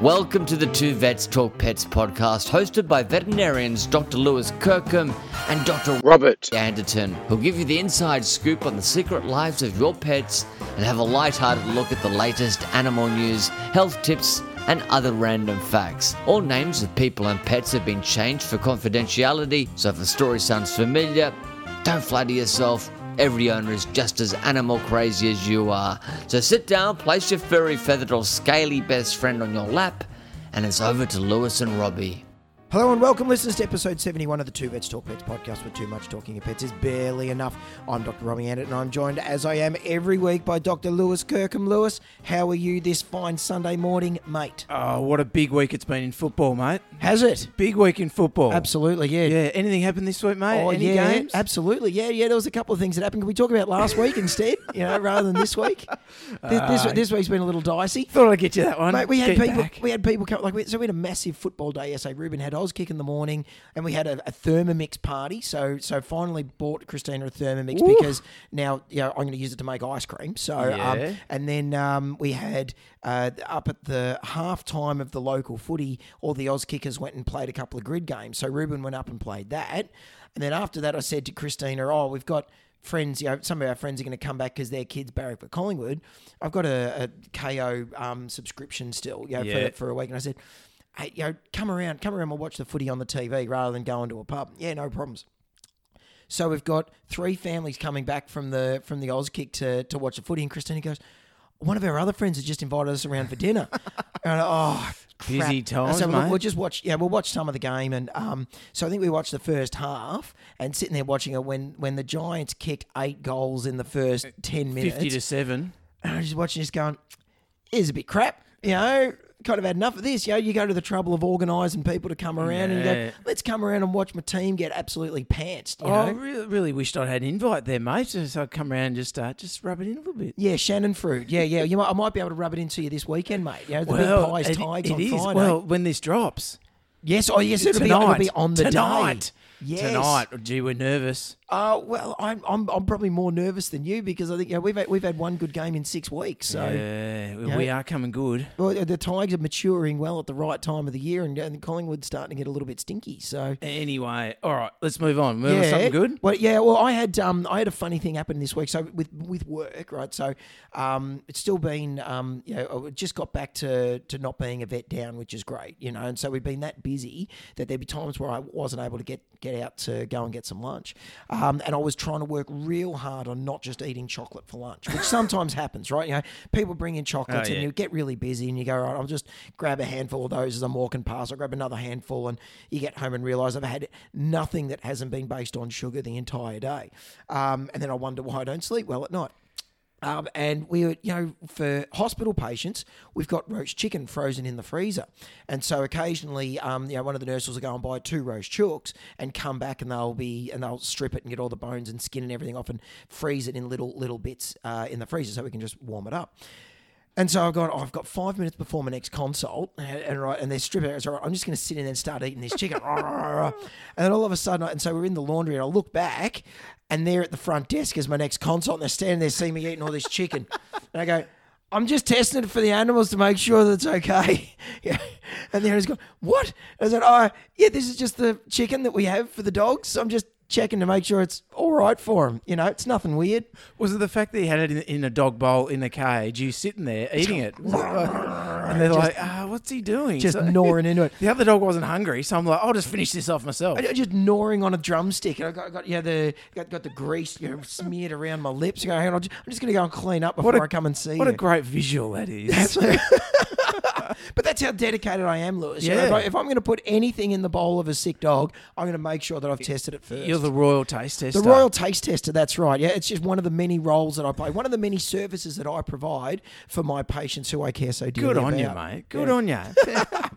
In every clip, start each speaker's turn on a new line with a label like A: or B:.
A: Welcome to the Two Vets Talk Pets podcast, hosted by veterinarians Dr. Lewis Kirkham and Dr.
B: Robert.
A: Anderton, who'll give you the inside scoop on the secret lives of your pets and have a light-hearted look at the latest animal news, health tips, and other random facts. All names of people and pets have been changed for confidentiality, so if a story sounds familiar, don't flatter yourself. Every owner is just as animal crazy as you are. So sit down, place your furry, feathered, or scaly best friend on your lap, and it's over to Lewis and Robbie.
C: Hello and welcome, listeners, to episode 71 of the Two Vets Talk Pets podcast, where too much talking of pets is barely enough. I'm Dr. Robbie Annett, and I'm joined, as I am every week, by Dr. Lewis Kirkham. Lewis, how are you this fine Sunday morning, mate?
D: Oh, what a big week it's been in football, mate.
C: Has it?
D: Big week in football.
C: Absolutely, yeah.
D: Yeah, anything happened this week, mate?
C: Oh,
D: Any
C: yeah,
D: games?
C: absolutely. Yeah, yeah. There was a couple of things that happened. Can we talk about last week instead? You know, rather than this week. This, this, this week's been a little dicey.
D: Thought I'd get you that one.
C: Mate, we had
D: Get
C: people.
D: back.
C: We had people come like we, so. We had a massive football day yesterday. Ruben had Oz kick in the morning, and we had a, a Thermomix party. So so finally bought Christina a Thermomix because now you know, I'm going to use it to make ice cream. So
D: Yeah.
C: um, and then um, we had uh, up at the half time of the local footy, all the Oz kickers went and played a couple of grid games. So Ruben went up and played that. And then after that, I said to Christina, Oh, we've got friends, you know, some of our friends are going to come back because their kids barrack for Collingwood. I've got a, a KO um, subscription still, you know,
D: Yeah.
C: for, for a week. And I said, Hey, you know, come around, come around, we'll watch the footy on the TV rather than going to a pub. Yeah, no problems. So we've got three families coming back from the from the Auskick to to watch the footy, and Christina goes, "One of our other friends has just invited us around for dinner." and I- oh, crap.
D: Busy times,
C: so we'll,
D: mate.
C: we'll just watch. Yeah, we'll watch some of the game, and um, so I think we watched the first half, and sitting there watching it when when the Giants kicked eight goals in the first ten minutes,
D: Uh, Fifty to seven.
C: and I was just watching this going, this is a bit crap, you know. Kind of had enough of this, you know. You go to the trouble of organising people to come around, and you
D: Yeah.
C: go, "Let's come around and watch my team get absolutely pantsed." You
D: Oh, I
C: know?
D: really, really wished I'd had an invite there, mate. So, so I'd come around and just uh, just rub it in a little bit.
C: Yeah, Shannon fruit. Yeah, yeah. You might, I might be able to rub it into you this weekend, mate. You know, the big pies,
D: it-
C: tigers
D: it
C: on
D: is.
C: Friday.
D: Well, when this drops
C: yes, oh yes, it'll,
D: tonight,
C: be, it'll be on the
D: tonight,
C: day. Yes.
D: tonight. Gee, we're nervous.
C: Uh, well, I'm, I'm I'm probably more nervous than you because I think you know, we've had, we've had one good game in six weeks. So
D: yeah, we- we are coming good.
C: well, the Tigers are maturing well at the right time of the year, and, and Collingwood's starting to get a little bit stinky. So
D: Anyway, all right, let's move on. Move on to something good.
C: Well, yeah. Well, I had um, I had a funny thing happen this week. So with with work, right? So um, it's still been um, you know, I just got back to to not being a vet down, which is great, you know. And so we've been that busy that there'd be times where I wasn't able to get get out to go and get some lunch, um, and I was trying to work real hard on not just eating chocolate for lunch, which sometimes happens, right? You know, people bring in chocolates
D: Oh,
C: and
D: yeah.
C: you get really busy and you go, right, I'll just grab a handful of those as I'm walking past. I'll grab another handful and you get home and realize I've had nothing that hasn't been based on sugar the entire day. Um, and then I wonder why I don't sleep well at night. Um, and we, were, you know, for hospital patients, we've got roast chicken frozen in the freezer, and so occasionally, um, you know, one of the nurses will go and buy two roast chooks and come back, and they'll be and they'll strip it and get all the bones and skin and everything off and freeze it in little little bits uh, in the freezer so we can just warm it up. And so I've gone, oh, I've got five minutes before my next consult, and, and right, and they're stripping. It's all right. I'm just going to sit in and start eating this chicken. and then all of a sudden, I- and so we're in the laundry, and I look back, and they're at the front desk as my next consult, and they're standing there seeing me eating all this chicken. and I go, I'm just testing it for the animals to make sure that it's okay. yeah. And they're just going, what? I said, oh, yeah, this is just the chicken that we have for the dogs. I'm just checking to make sure it's all right for them. You know, it's nothing weird.
D: Was it the fact that you had it in, in a dog bowl in a cage, you sitting there eating it? and they're like, ah, what's he doing?
C: Just
D: So-
C: gnawing into it.
D: The other dog wasn't hungry, so I'm like, I'll just finish this off myself.
C: I- I just gnawing on a drumstick, and I got, got yeah the got, got the grease you know, smeared around my lips. I go, hang on, I'm just, I'm just gonna go and clean up before I come and see
D: What
C: you.
D: a great visual that is.
C: Absolutely. but that's how dedicated I am, Lewis. You know,
D: Yeah.
C: if, I, if I'm going to put anything in the bowl of a sick dog, I'm going to make sure that I've tested it 1st
D: You're the royal taste tester.
C: the Royal Taste Tester, that's right. Yeah, it's just one of the many roles that I play, one of the many services that I provide for my patients who I care so dearly
D: Good on you,
C: about.
D: mate. Good on you.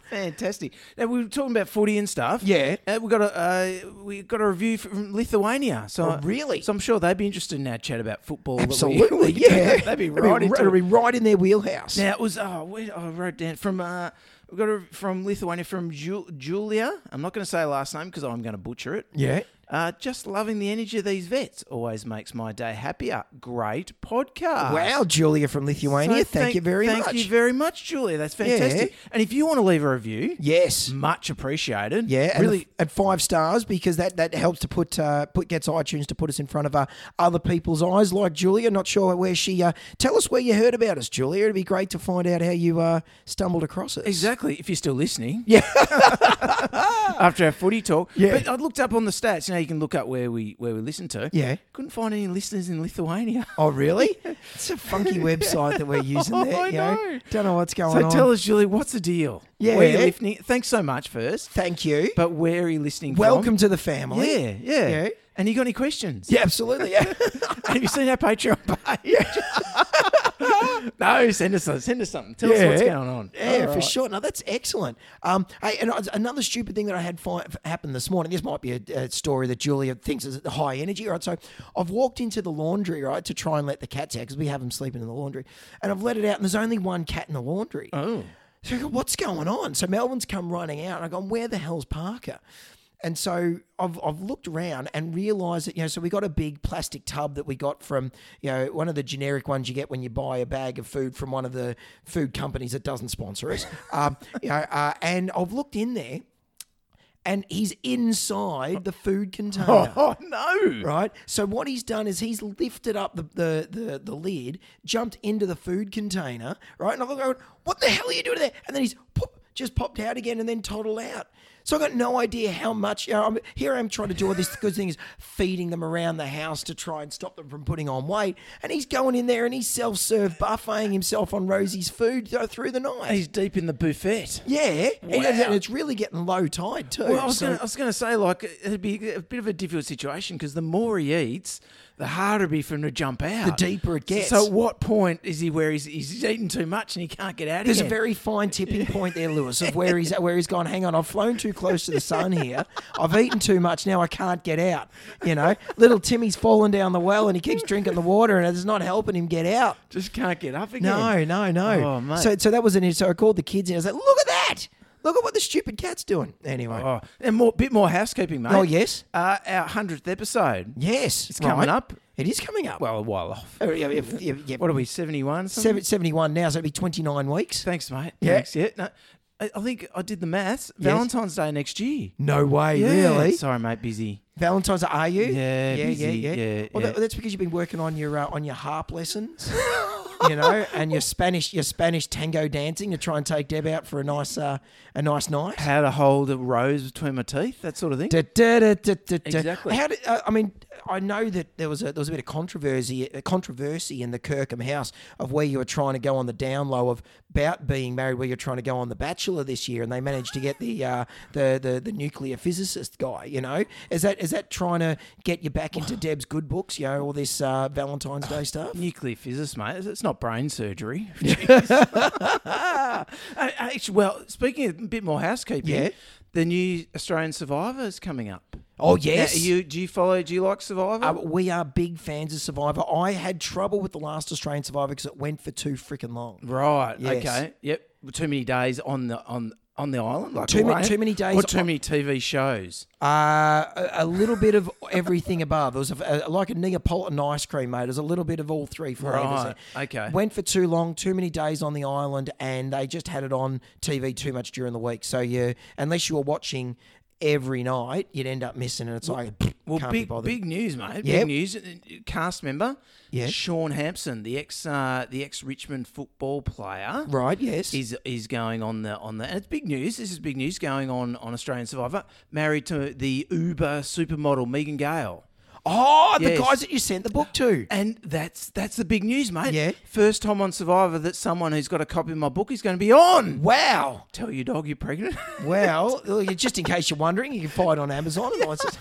D: Fantastic. Now we were talking about footy and stuff.
C: Yeah.
D: Uh, we got a uh, we got a review from Lithuania. So
C: Oh, really?
D: So I'm sure they'd be interested in our chat about football. that we-
C: Absolutely, yeah.
D: They'd be
C: It'll
D: right
C: ri-
D: into
C: it'll be
D: it.
C: right in their wheelhouse.
D: Now it was. Oh, wait, I wrote down from. Uh, we got a, from Lithuania from Ju- Julia. I'm not going to say her last name because I'm going to butcher it.
C: yeah.
D: Uh, just loving the energy of these vets always makes my day happier. Great podcast.
C: Wow, Julia from
D: uh, So
C: Lithuania, thank, you very
D: thank
C: much.
D: you very much, Julia. That's fantastic. And if you want to leave a review,
C: yes.
D: much appreciated.
C: Yeah, and
D: really.
C: really at five stars because that that helps to put uh, put gets iTunes to put us in front of uh, other people's eyes. Like Julia, not sure where she. Uh, tell us where you heard about us, Julia. It'd be great to find out how you uh, stumbled across us.
D: Exactly. If you're still listening, yeah. After our footy talk,
C: Yeah.
D: But I looked up on the stats. You know, you can look up where we where we listen to.
C: Yeah.
D: Couldn't find any listeners in Lithuania.
C: Oh, really? it's a funky website that we're using there.
D: Oh, I
C: you know?
D: know.
C: Don't know what's going
D: So
C: on.
D: tell us, Julie, what's the deal?
C: Yeah.
D: Where are you listening? Thanks so much first.
C: Thank you.
D: But where are you listening
C: Welcome
D: from?
C: to the family.
D: Yeah, yeah,
C: Yeah.
D: And you got any questions?
C: Yeah, absolutely. Yeah.
D: Have you seen our Patreon page? no, send us send us something. Tell us
C: Yeah.
D: what's going on.
C: Yeah, for sure. No, that's excellent. Um, hey, and I- another stupid thing that I had fi- happen this morning. This might be a, a story that Julia thinks is high energy, right? So I've walked into the laundry, right, to try and let the cats out because we have them sleeping in the laundry, and I've let it out, and there's only one cat in the laundry. Oh. So I go, what's going on? So Melvin's come running out, and I go, where the hell's Parker? And so I've, I've looked around and realised that, you know, so we got a big plastic tub that we got from, you know, one of the generic ones you get when you buy a bag of food from one of the food companies that doesn't sponsor us. um, you know, uh, and I've looked in there and he's inside the food container.
D: Oh no.
C: Right. So what he's done is he's lifted up the, the, the, the lid, jumped into the food container, right? And I'm going, what the hell are you doing there? And then he's pop, just popped out again and then toddled out. So I got no idea how much. You know, I'm, here I am trying to do all this good thing is feeding them around the house to try and stop them from putting on weight. And he's going in there and he's self serve buffeting himself on Rosie's food uh, through the night.
D: He's deep in the buffet.
C: yeah, and,
D: Wow.
C: and it's really getting low tide too.
D: Well, I was
C: So-
D: gonna I was going to say like it'd be a bit of a difficult situation because the more he eats, the harder it'd be for him to jump out.
C: The deeper it gets.
D: So at what point is he where he's, he's eating too much and he can't get out?
C: There's a
D: again?
C: very fine tipping point there, Lewis, of where he's where he's gone. Hang on, I've flown too close to the sun here. I've eaten too much. Now I can't get out. You know, little Timmy's fallen down the well and he keeps drinking the water, and it's not helping him get out.
D: just can't get up again.
C: No, no, no.
D: Oh, mate.
C: So, so that was an so I called the kids and I was like, "Look at that! Look at what the stupid cat's doing." Anyway,
D: Oh, and more bit more housekeeping, mate.
C: Oh, yes.
D: uh, our hundredth episode.
C: yes, it's
D: coming up.
C: It is coming up.
D: Well, a while off.
C: Oh, yeah, if- if- yeah,
D: What are we? Seventy-one.
C: seven- seventy-one now, so it'll be twenty-nine weeks.
D: Thanks, mate.
C: Yeah.
D: Thanks. Yeah. No, I, I think I did the maths. Valentine's Day next year.
C: No way,
D: Yeah.
C: really.
D: Sorry, mate. Busy.
C: Valentine's, Day, are you?
D: Yeah, busy, yeah,
C: Well,
D: yeah.
C: that- that's because you've been working on your uh, on your harp lessons, you know, and your Spanish your Spanish tango dancing to try and take Deb out for a nice uh, a nice night.
D: How to hold a rose between my teeth. That sort of thing.
C: Da, da, da, da, da, da.
D: Exactly.
C: How did, uh, I mean, I know that there was a there was a bit of controversy uh, controversy in the Kirkham house of where you were trying to go on the down low of about being married, where you're trying to go on the Bachelor this year, and they managed to get the uh, the, the the nuclear physicist guy. You know, is that is that trying to get you back into Deb's good books? You know, all this uh, Valentine's Day stuff.
D: Nuclear physics, mate. It's not brain surgery. Jeez. Uh, Actually, well, speaking of a bit more housekeeping,
C: Yeah.
D: the new Australian Survivor is coming up.
C: Oh
D: Now,
C: yes.
D: are you do you follow? Do you like Survivor?
C: Uh, we are big fans of Survivor. I had trouble with the last Australian Survivor because it went for too freaking long.
D: Right.
C: Yes.
D: Okay. Yep. Well, Too many days on the on on the island. Like
C: Too ma-
D: away?
C: too many days
D: Or too
C: on-
D: many TV shows.
C: Uh, a, a little bit of everything above. It was a, a- like a Neapolitan ice cream, mate. It was a little bit of all three flavors.
D: Right, okay.
C: Went for too long, too many days on the island, and they just had it on TV too much during the week. So you, unless you were watching every night, you'd end up missing. And it's like,
D: Well,
C: can't be
D: big
C: bothered.
D: big news,
C: Yep.
D: mate. Big news. Uh, uh, Cast member.
C: Yep.
D: Sean Hampson, the ex uh, the ex Richmond football player.
C: right? Yes.
D: Is, is going on the on the and it's big news. This is big news going on on Australian Survivor. Married to the Uber supermodel Megan Gale,
C: oh, the
D: Yes.
C: guys that you sent the book to.
D: and that's that's the big news, mate.
C: Yeah.
D: First time on Survivor that someone who's got a copy of my book is going to be on.
C: Wow.
D: Tell your dog you're pregnant.
C: Well, look, just in case you're wondering, you can find it on Amazon. And I said,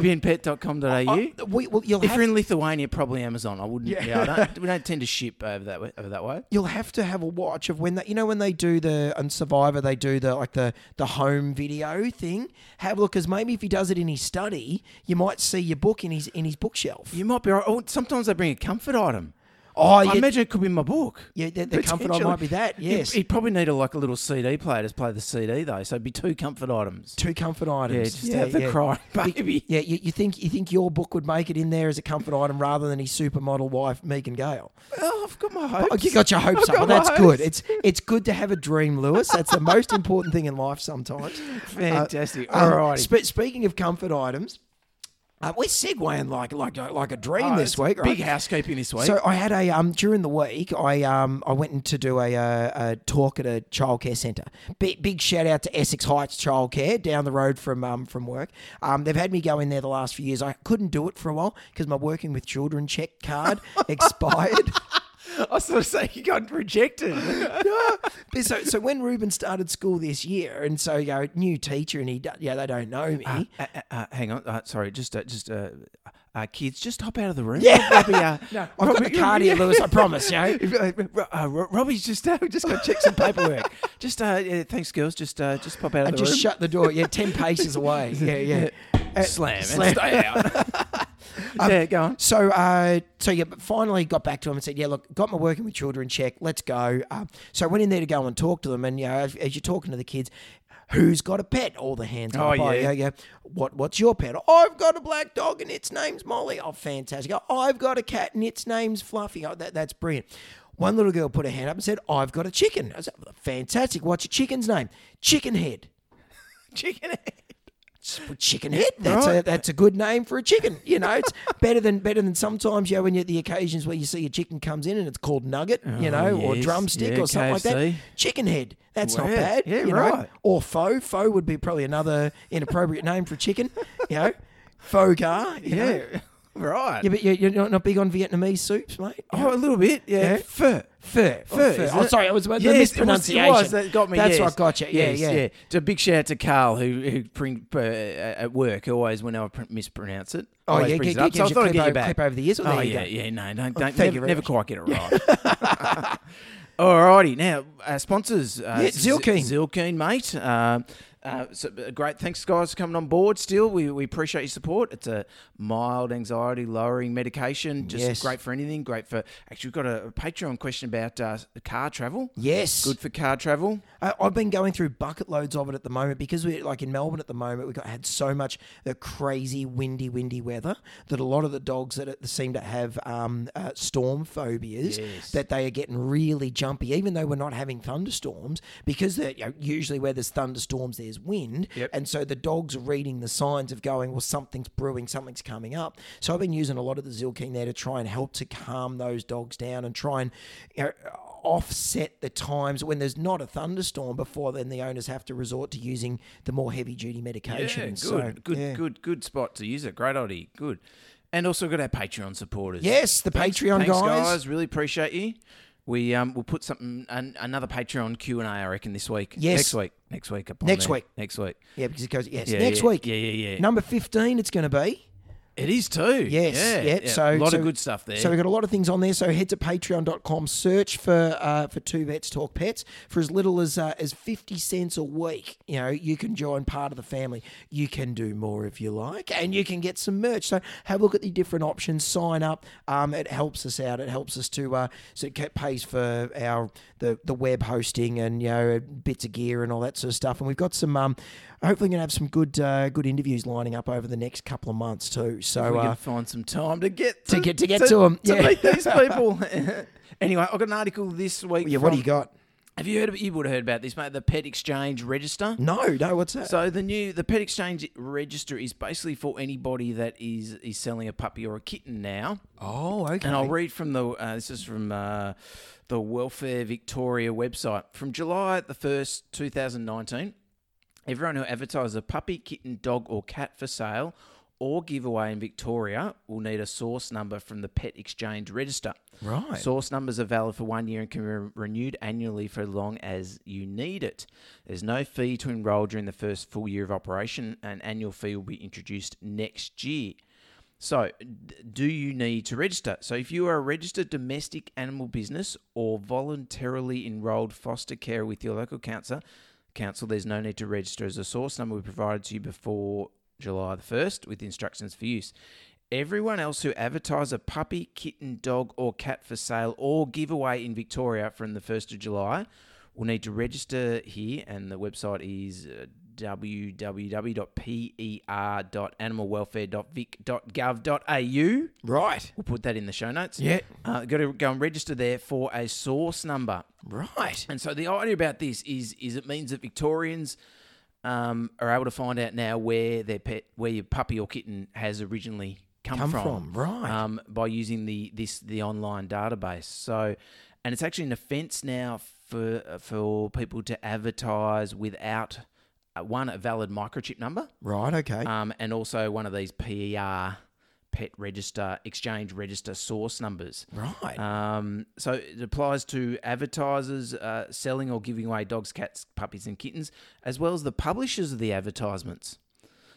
D: Babyandpet.com.au.
C: oh, we, well, you'll
D: if
C: have
D: you're in Lithuania, probably Amazon. I wouldn't. Yeah, I don't, we don't tend to ship over that way. Over that way.
C: you'll have to have a watch of when they, you know when they do the on Survivor they do the like the the home video thing. Have a look, because maybe if he does it in his study, you might see your book in his in his bookshelf.
D: You might be right. Oh, sometimes they bring a comfort item.
C: Oh,
D: I
C: yeah,
D: imagine it could be in my book.
C: yeah, the, the comfort I
D: Potentially.
C: might be that.
D: You'd-
C: Yes,
D: You'd, probably need a, like a little CD player to play the CD though, so it'd be two comfort items.
C: two comfort
D: Yeah,
C: items.
D: just have the crying baby.
C: Yeah, you, you think you think your book would make it in there as a comfort item rather than his supermodel wife Megan Gale?
D: Oh, I've got my hopes.
C: Oh, you got your hopes
D: I've
C: up. Well,
D: got
C: that's
D: my
C: good.
D: hopes.
C: It's it's good to have a dream, Lewis. That's the most important thing in life sometimes.
D: Fantastic.
C: Um,
D: Alrighty.
C: spe- speaking of comfort items, uh, we're segueing like like like a dream
D: Oh,
C: this
D: it's
C: week, right?
D: Big housekeeping this week.
C: So I had a um during the week I um I went in to do a, a, a talk at a childcare centre. Big, big shout out to Essex Heights Childcare down the road from um from work. Um, they've had me go in there the last few years. I couldn't do it for a while because my working with children check card expired.
D: I sort of say you got rejected.
C: But so so when Ruben started school this year, and so you know, new teacher, and he do- yeah they don't know me.
D: uh, uh, uh, hang on, uh, sorry, just uh, just uh, uh, kids, just hop out of the room.
C: Yeah.
D: Robbie, uh,
C: No, I've got the card here, Lewis, I promise, you know.
D: Uh, Ro- uh, Ro- Robbie's just uh, just got to check some paperwork. just uh, yeah, thanks, girls. Just uh, just pop out of
C: and
D: the
C: just
D: room.
C: shut the door. Yeah, ten paces away. Yeah, yeah. Uh,
D: slam, Um,
C: slam.
D: and stay out. yeah, go on.
C: So, uh, so yeah, but finally got back to him and said, "Yeah, look, got my working with children check. Let's go." Uh, so I went in there to go and talk to them, and you know, as, as you're talking to the kids, who's got a pet? All the hands.
D: Oh,
C: up.
D: yeah.
C: yeah, yeah. What What's your pet? I've got a black dog, and its name's Molly. Oh, fantastic! "Oh, I've got a cat, and its name's Fluffy. Oh, that, that's brilliant. One little girl put her hand up and said, "I've got a chicken." I said, "Fantastic! What's your chicken's name?" Chicken head.
D: Chicken.
C: chicken head. That's a
D: Right.
C: that's a good name for a chicken. You know, it's better than better than sometimes you know, when you the occasions where you see a chicken comes in and it's called nugget, you know, or
D: Oh, yes.
C: drumstick
D: Yeah,
C: or something like that.
D: KFC.
C: Chicken head. That's not
D: Wow.
C: bad.
D: Yeah,
C: you Know?
D: right.
C: Or faux. Faux would be probably another inappropriate name for a chicken. You know, faux gar. You know?
D: Yeah, right.
C: Yeah, but you're, you're not not big on Vietnamese soups, mate.
D: Oh, a little bit. Yeah,
C: Yeah.
D: fur.
C: Fur,
D: Fur,
C: fur.
D: isn't
C: Oh,
D: it?
C: sorry, it was the
D: Yes, it was-
C: mispronunciation.
D: It was, that got me.
C: That's
D: yes.
C: what got you. Yeah,
D: Yes,
C: yeah.
D: So big shout out to Carl who who bring, uh, at work always when I pr- mispronounce it.
C: Oh,
D: always
C: yeah,
D: brings
C: g-
D: it up.
C: gives
D: So I
C: you
D: thought I'd
C: clip
D: get you
C: o-
D: back.
C: clip over the years, well,
D: Oh
C: there you
D: yeah,
C: go.
D: yeah. No, don't, don't
C: thank you
D: never,
C: very
D: never
C: much.
D: quite get it right. Alrighty, now uh, sponsors. Uh,
C: Yeah,
D: Z-
C: Zilkeen.
D: Zilkeen, mate. Uh, uh, so, uh, great, thanks guys for coming on board. Still, we, we appreciate your support. It's a mild anxiety lowering medication. Just
C: Yes.
D: great for anything. Great for actually, we've got a, Patreon question about uh, car travel.
C: Yes.
D: Good for car travel.
C: I, I've been going through bucket loads of it at the moment because we're like in Melbourne at the moment. We got had so much the crazy windy, windy weather that a lot of the dogs that it- seem to have um, uh, storm phobias that they are getting really jumpy, even though we're not having thunderstorms because they're, you know, usually where there's thunderstorms there's wind,
D: Yep.
C: and so the dogs are reading the signs of going well something's brewing, something's coming up. So I've been using a lot of the Zilkeen there to try and help to calm those dogs down and try and. You know, offset the times when there's not a thunderstorm before then the owners have to resort to using the more heavy duty medication.
D: Yeah, good,
C: So,
D: good,
C: yeah.
D: good, good spot to use it. Great oddie, good. And also got our Patreon supporters.
C: Yes, the Patreon
D: thanks,
C: guys.
D: Really appreciate you. We um we'll put something an, another Patreon Q and A I reckon this week.
C: Yes.
D: next week, next week, up on
C: Next
D: there.
C: week.
D: next week.
C: Yeah, because it goes, yes,
D: Yeah,
C: next
D: yeah,
C: week.
D: yeah, yeah, yeah.
C: Number 15, it's going to be.
D: It is too.
C: Yes,
D: yeah.
C: yep.
D: yeah.
C: So
D: a lot
C: so-
D: of good stuff there.
C: So we've got a lot of things on there. So head to patreon.com, search for uh, for two vets talk pets for as little as uh, as fifty cents a week. You know, you can join part of the family. You can do more if you like, and you can get some merch. So have a look at the different options. Sign up. Um, it helps us out. It helps us to uh, so it ca- pays for our the the web hosting and you know bits of gear and all that sort of stuff. And we've got some um, hopefully going to have some good uh, good interviews lining up over the next couple of months too. So
D: we
C: uh,
D: can find some time to get
C: To get- to get to 'em, yeah.
D: meet these people. anyway, I got an article this week.
C: yeah, what do
D: from-
C: you got?
D: Have you heard? Of, you would have heard about this, mate. The Pet Exchange Register.
C: No, no, what's that?
D: So the new the pet exchange register is basically for anybody that is is selling a puppy or a kitten now.
C: oh, okay.
D: And I'll read from the uh, this is from uh, the Welfare Victoria website from July the first, two thousand nineteen. Everyone who advertises a puppy, kitten, dog, or cat for sale or giveaway in Victoria will need a source number from the Pet Exchange Register.
C: Right.
D: Source numbers are valid for one year and can be re- renewed annually for as long as you need it. There's no fee to enrol during the first full year of operation. An annual fee will be introduced next year. So, d- do you need to register? So, if you are a registered domestic animal business or voluntarily enrolled foster care with your local council, council, there's no need to register as a source number will be provided to you before July the 1st with instructions for use. Everyone else who advertise a puppy, kitten, dog, or cat for sale or giveaway in Victoria from the 1st of July will need to register here, and the website is uh, E www.per.animalwelfare.vic.gov.au.
C: Right.
D: We'll put that in the show notes.
C: Yeah.
D: Uh, got to go and register there for a source number.
C: Right.
D: And so the idea about this is is it means that Victorians um, are able to find out now where their pet, where your puppy or kitten has originally come,
C: Come
D: from,
C: from, Uh, right.
D: Um, by using the this the online database. So, and it's actually an offence now for for people to advertise without uh, one a valid microchip number,
C: Right. Okay.
D: um, and also one of these PER pet register exchange register source numbers.
C: right.
D: Um, so it applies to advertisers uh, selling or giving away dogs, cats, puppies, and kittens, as well as the publishers of the advertisements.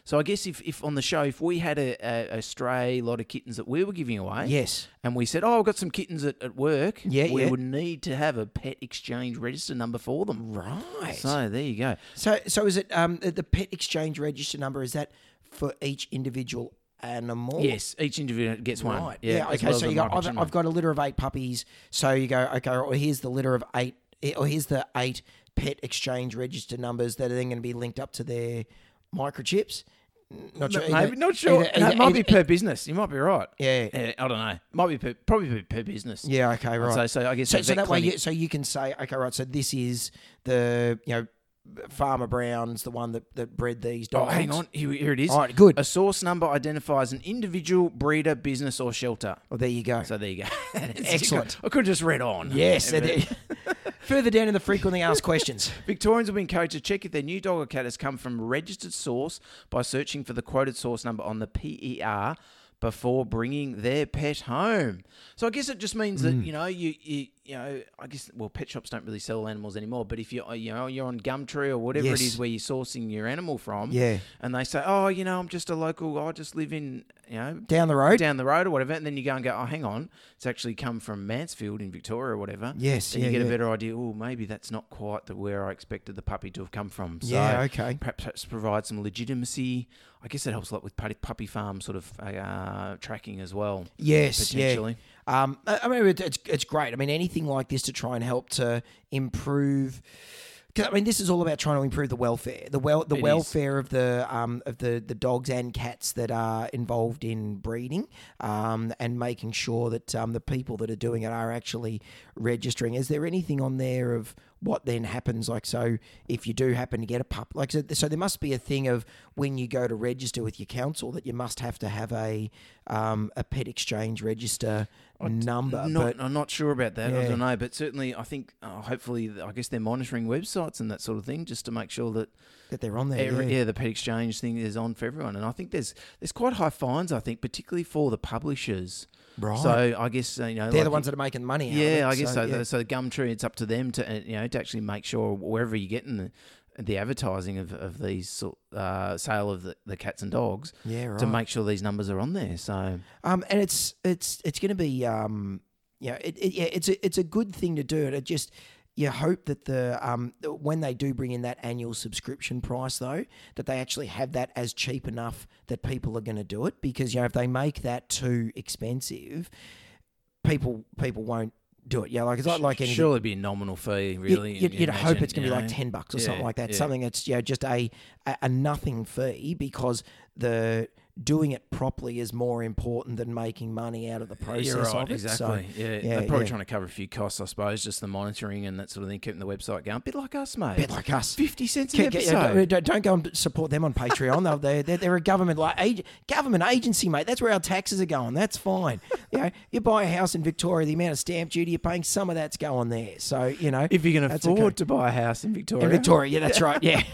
D: So I guess if, if on the show, if we had a, a, a stray lot of kittens that we were giving away,
C: yes.
D: and we said, oh, I've got some kittens at, at work,
C: Yeah,
D: we
C: yeah.
D: would need to have a pet exchange register number for them.
C: Right. So,
D: So there you go.
C: so, is it um the pet exchange register number? Is that for each individual animal?
D: Yes, each individual gets one.
C: Right.
D: Yeah.
C: Yeah.
D: as
C: okay.
D: well as
C: so
D: the
C: you got I've,
D: microchip
C: I've got a litter of eight puppies. So you go okay. Or here's the litter of eight. Or here's the eight pet exchange register numbers that are then going to be linked up to their microchips. Not sure.
D: Maybe,
C: either-
D: not sure.
C: either-
D: No, it
C: either-
D: might be
C: either-
D: per business. You might be right. Eh,
C: Yeah.
D: I don't know. Might be per, probably per, per business.
C: Yeah. Okay. Right.
D: So, so I guess
C: So,
D: the
C: so
D: vet
C: that way,
D: clinic-
C: you, so you can say, okay, right. So this is the you know, Farmer Brown's the one that, that bred these
D: Oh,
C: dogs.
D: hang on. Here, here it is.
C: All right, good.
D: A source number identifies an individual, breeder, business, or shelter.
C: Well, there you go.
D: So there you go. It's-
C: Excellent.
D: I could have just read on.
C: yes. further down in the frequently asked questions.
D: Victorians will be encouraged to check if their new dog or cat has come from a registered source by searching for the quoted source number on the PER before bringing their pet home. So I guess it just means
C: Hmm.
D: that you know you, you you know I guess well pet shops don't really sell animals anymore. But if you you know you're on Gumtree or whatever
C: Yes.
D: it is where you're sourcing your animal from,
C: Yeah.
D: and they say oh you know I'm just a local I just live in you know
C: Down the road.
D: down the road or whatever, and then you go and go, oh, hang on, it's actually come from Mansfield in Victoria or whatever.
C: Yes,
D: then
C: yeah,
D: you get
C: yeah.
D: a better idea. Oh, maybe that's not quite the where I expected the puppy to have come from. So
C: Yeah, okay.
D: Perhaps, perhaps provide some legitimacy. I guess it helps a lot with putty- puppy farm sort of uh, tracking as well.
C: Yes, yeah.
D: potentially.
C: Um, I I mean, it- it's it's great. I mean, anything like this to try and help to improve. 'cause, I mean, this is all about trying to improve the welfare, the well, the
D: It is.
C: welfare of the um, of the, the dogs and cats that are involved in breeding, um, and making sure that um, the people that are doing it are actually registering. Is there anything on there of what then happens? Like, so if you do happen to get a pup, like, so, so there must be a thing of when you go to register with your council that you must have to have a um, a pet exchange register number.
D: Oh, Not,
C: but
D: I'm not sure about that. I
C: Yeah.
D: don't know, but certainly I think uh, hopefully I guess they're monitoring websites and that sort of thing just to make sure that
C: that they're on there.
D: Every,
C: yeah.
D: yeah. the pet exchange thing is on for everyone, and I think there's there's quite high fines. I think particularly for the publishers.
C: Right.
D: So I guess uh, you know
C: They're
D: like
C: the ones
D: you-
C: that are making money. Out of it,
D: yeah, I guess so.
C: yeah.
D: So, so Gumtree, it's up to them to uh, you know to actually make sure wherever you're getting the, the advertising of of these sort- uh, sale of the, the cats and dogs
C: Yeah, right.
D: to make sure these numbers are on there. So
C: Um, and it's it's it's going to be um, yeah, it, it, yeah, it's a it's a good thing to do, and it just you hope that the um that when they do bring in that annual subscription price though, that they actually have that as cheap enough that people are going to do it because you know if they make that too expensive, people people won't do it. Yeah, like it's not like anything.
D: surely be a nominal fee,
C: You-
D: really.
C: You'd, you'd hope
D: imagine,
C: it's going to
D: you
C: be like
D: know.
C: ten bucks or something
D: Yeah,
C: like that.
D: yeah.
C: Something that's you know, just a, a a nothing fee because the doing it properly is more important than making money out of the process
D: Oh, You're right,
C: of it.
D: exactly.
C: So, yeah,
D: yeah, they're probably
C: yeah.
D: trying to cover a few costs, I suppose, just the monitoring and that sort of thing, keeping the website going. A bit like us, mate.
C: bit like us.
D: 50 cents an
C: Get- get- yeah,
D: episode.
C: don't, don't go and support them on Patreon. They'll- they're, they're, they're a government like ag- government agency, mate. That's where our taxes are going. That's fine. you know, you buy a house in Victoria, the amount of stamp duty you're paying, some of that's going there. So you know,
D: If you can
C: that's
D: afford
C: okay.
D: to buy a house in Victoria.
C: in Victoria, yeah, that's right, yeah.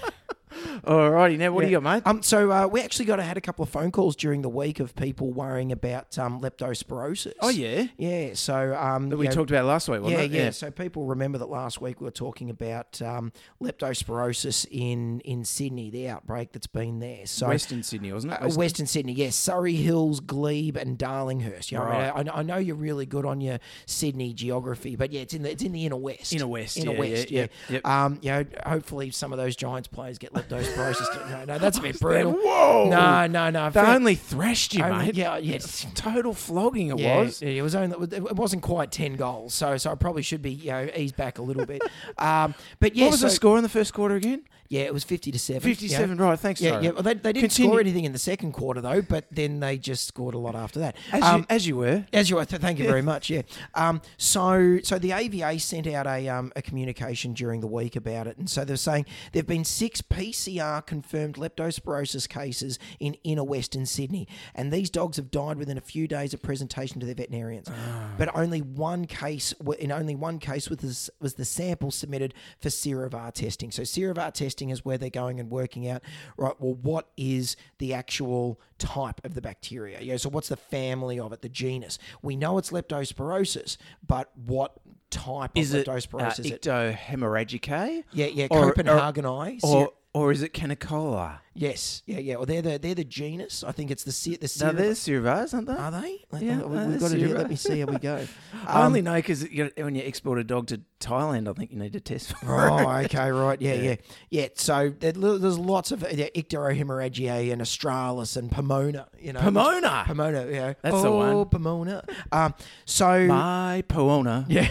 D: Alrighty, now what do
C: Yeah.
D: you got, mate?
C: Um, so uh, we actually got had a couple of phone calls during the week of people worrying about um, leptospirosis.
D: oh, yeah.
C: yeah. So um,
D: That we
C: you know,
D: talked about last week, wasn't
C: yeah,
D: it?
C: yeah, So people remember that last week we were talking about um, leptospirosis in in Sydney, the outbreak that's been there. So.
D: Western Sydney, wasn't it?
C: uh, Western Sydney, yes, Surrey Hills, Glebe, and Darlinghurst. You know, I, mean, I- I, know- I know you're really good on your Sydney geography, but yeah, it's in the it's in the inner west.
D: Inner west,
C: inner
D: yeah,
C: west.
D: yeah,
C: Yeah,
D: yep, yep.
C: Um, you know, hopefully some of those Giants players get leptospirosis process. To, no, no, that's a bit brutal.
D: Whoa!
C: No, no, no.
D: They
C: fair-
D: only thrashed you,
C: Only-
D: mate.
C: yeah, yes.
D: Total flogging it
C: yeah,
D: was.
C: yeah, It was only it wasn't quite ten goals, so so I probably should be you know eased back a little bit. Um, but yeah,
D: What was
C: so,
D: the score in the first quarter again?
C: Yeah, it was fifty to seven. you know.
D: 57, right. Thanks,
C: Yeah,
D: Tyrone.
C: yeah. Well, they, they didn't
D: Continue.
C: score anything in the second quarter though, but then they just scored a lot after that.
D: As,
C: Um,
D: you, as you were.
C: as you are, th- thank you very much. Yeah. Um, so, so the AVA sent out a, um, a communication during the week about it, and so they're saying there've been six PCR confirmed leptospirosis cases in inner Western Sydney, and these dogs have died within a few days of presentation to their veterinarians. But only one case, w- in only one case, was this, was the sample submitted for serovar testing. So serovar testing is where they're going and working out, right? Well, what is the actual type of the bacteria? You know, so what's the family of it, the genus? We know it's leptospirosis, but what type
D: Is
C: of
D: it uh,
C: leptospirosis is it?
D: ictohemorrhagicae?
C: Yeah, yeah,
D: Or- or-
C: Copenhageni.
D: Or, or is it canicola?
C: yes, yeah, yeah. Well, they're the they're the genus. I think it's the se- the
D: No,
C: ser-
D: they're Syrvars, aren't they?
C: Are they? Let-
D: Yeah, uh,
C: let-
D: no,
C: we've
D: they're
C: got to do. it.
D: Syrah.
C: Let me see Um, how we go.
D: I only know because when you export a dog to Thailand, I think you need to test for it.
C: Oh, okay, right. Yeah, yeah. Yeah, so there- there's lots of yeah, icterohemorrhagiae and Australis and Pomona, you know.
D: Pomona.
C: Pomona, yeah.
D: That's
C: oh,
D: the one.
C: Pomona. Um, so
D: My Pomona. Yeah.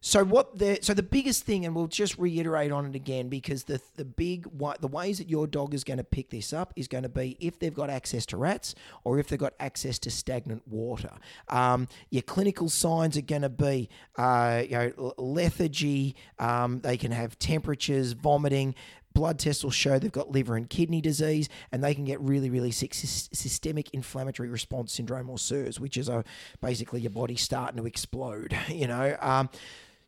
C: so what the so the biggest thing, and we'll just reiterate on it again because the the big wa- the ways that your dog is going to pick this up is going to be if they've got access to rats or if they've got access to stagnant water. Um, your clinical signs are going to be uh, you know l- lethargy. Um, they can have temperatures, vomiting. Blood tests will show they've got liver and kidney disease, and they can get really, really sick. Sys- systemic inflammatory response syndrome, or SIRS, which is a, basically your body starting to explode. You know, um,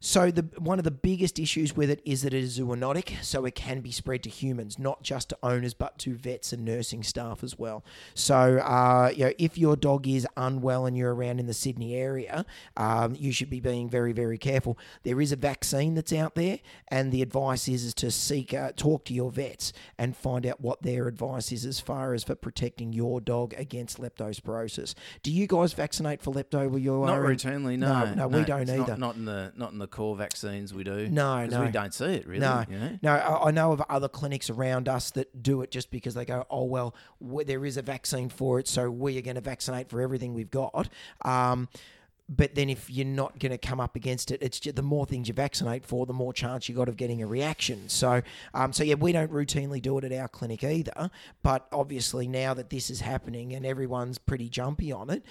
C: so the one of the biggest issues with it is that it is zoonotic, so it can be spread to humans, not just to owners, but to vets and nursing staff as well. So, uh, you know, if your dog is unwell and you're around in the Sydney area, um, you should be being very, very careful. There is a vaccine that's out there, and the advice is is to seek uh, talk to your vets and find out what their advice is as far as for protecting your dog against leptospirosis. Do you guys vaccinate for lepto? Where you
D: Not
C: are in-
D: routinely,
C: No,
D: no.
C: no, we don't
D: it's not-
C: either.
D: Not, in the not in the core vaccines we do.
C: No,
D: 'cause
C: no.
D: we don't see it really.
C: No,
D: you know?
C: no, I, I know of other clinics around us that do it just because they go, oh well, we, there is a vaccine for it, so we are going to vaccinate for everything we've got. Um, but then if you're not going to come up against it, it's just, the more things you vaccinate for, the more chance you got of getting a reaction. So, um, so yeah, we don't routinely do it at our clinic either. But obviously now that this is happening and everyone's pretty jumpy on it,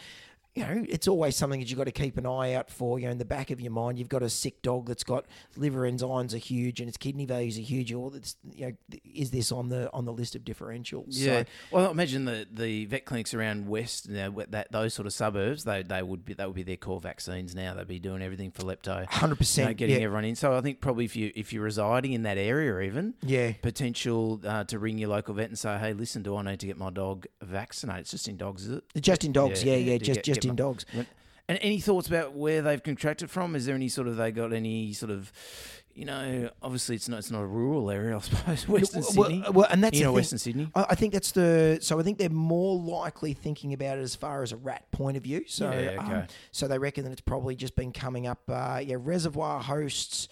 C: you know, it's always something that you've got to keep an eye out for. You know, in the back of your mind, you've got a sick dog that's got liver enzymes are huge and its kidney values are huge. All that's you know, th- is this on the on the list of differentials?
D: Yeah.
C: So,
D: well, I imagine the, the vet clinics around West, you know, with that those sort of suburbs, they they would be that would be their core vaccines now. They'd be doing everything for lepto,
C: hundred
D: you know,
C: percent.
D: getting
C: Yeah,
D: everyone in. So I think probably if you if you're residing in that area, even
C: yeah,
D: potential uh, to ring your local vet and say, hey, listen, do I need to get my dog vaccinated? It's just in dogs, is it?
C: just in dogs. Yeah,
D: Yeah,
C: yeah,
D: yeah,
C: just
D: get-
C: just
D: get
C: in
D: my-
C: dogs.
D: And any thoughts about where they've contracted from? Is there any sort of they got any sort of, you know, obviously it's not it's not a rural area, I suppose. Western
C: well,
D: Sydney,
C: well, and that's the
D: you know,
C: thing.
D: Western Sydney.
C: I I think that's the so I think they're more likely thinking about it as far as a rat point of view. So
D: Yeah,
C: um,
D: okay.
C: so they reckon that it's probably just been coming up. Uh, yeah, reservoir hosts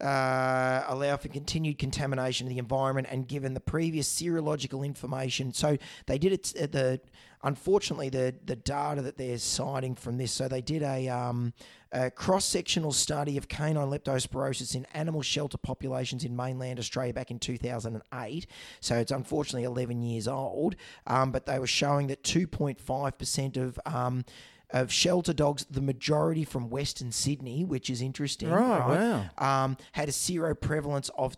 C: uh, allow for continued contamination of the environment, and given the previous serological information, so they did it at the. Unfortunately, the the data that they're citing from this, so they did a, um, a cross sectional study of canine leptospirosis in animal shelter populations in mainland Australia back in 2008. So it's unfortunately 11 years old, um, but they were showing that 2.5% of um, of shelter dogs, the majority from Western Sydney, which is interesting.
D: Right, wow.
C: Um, had a sero prevalence of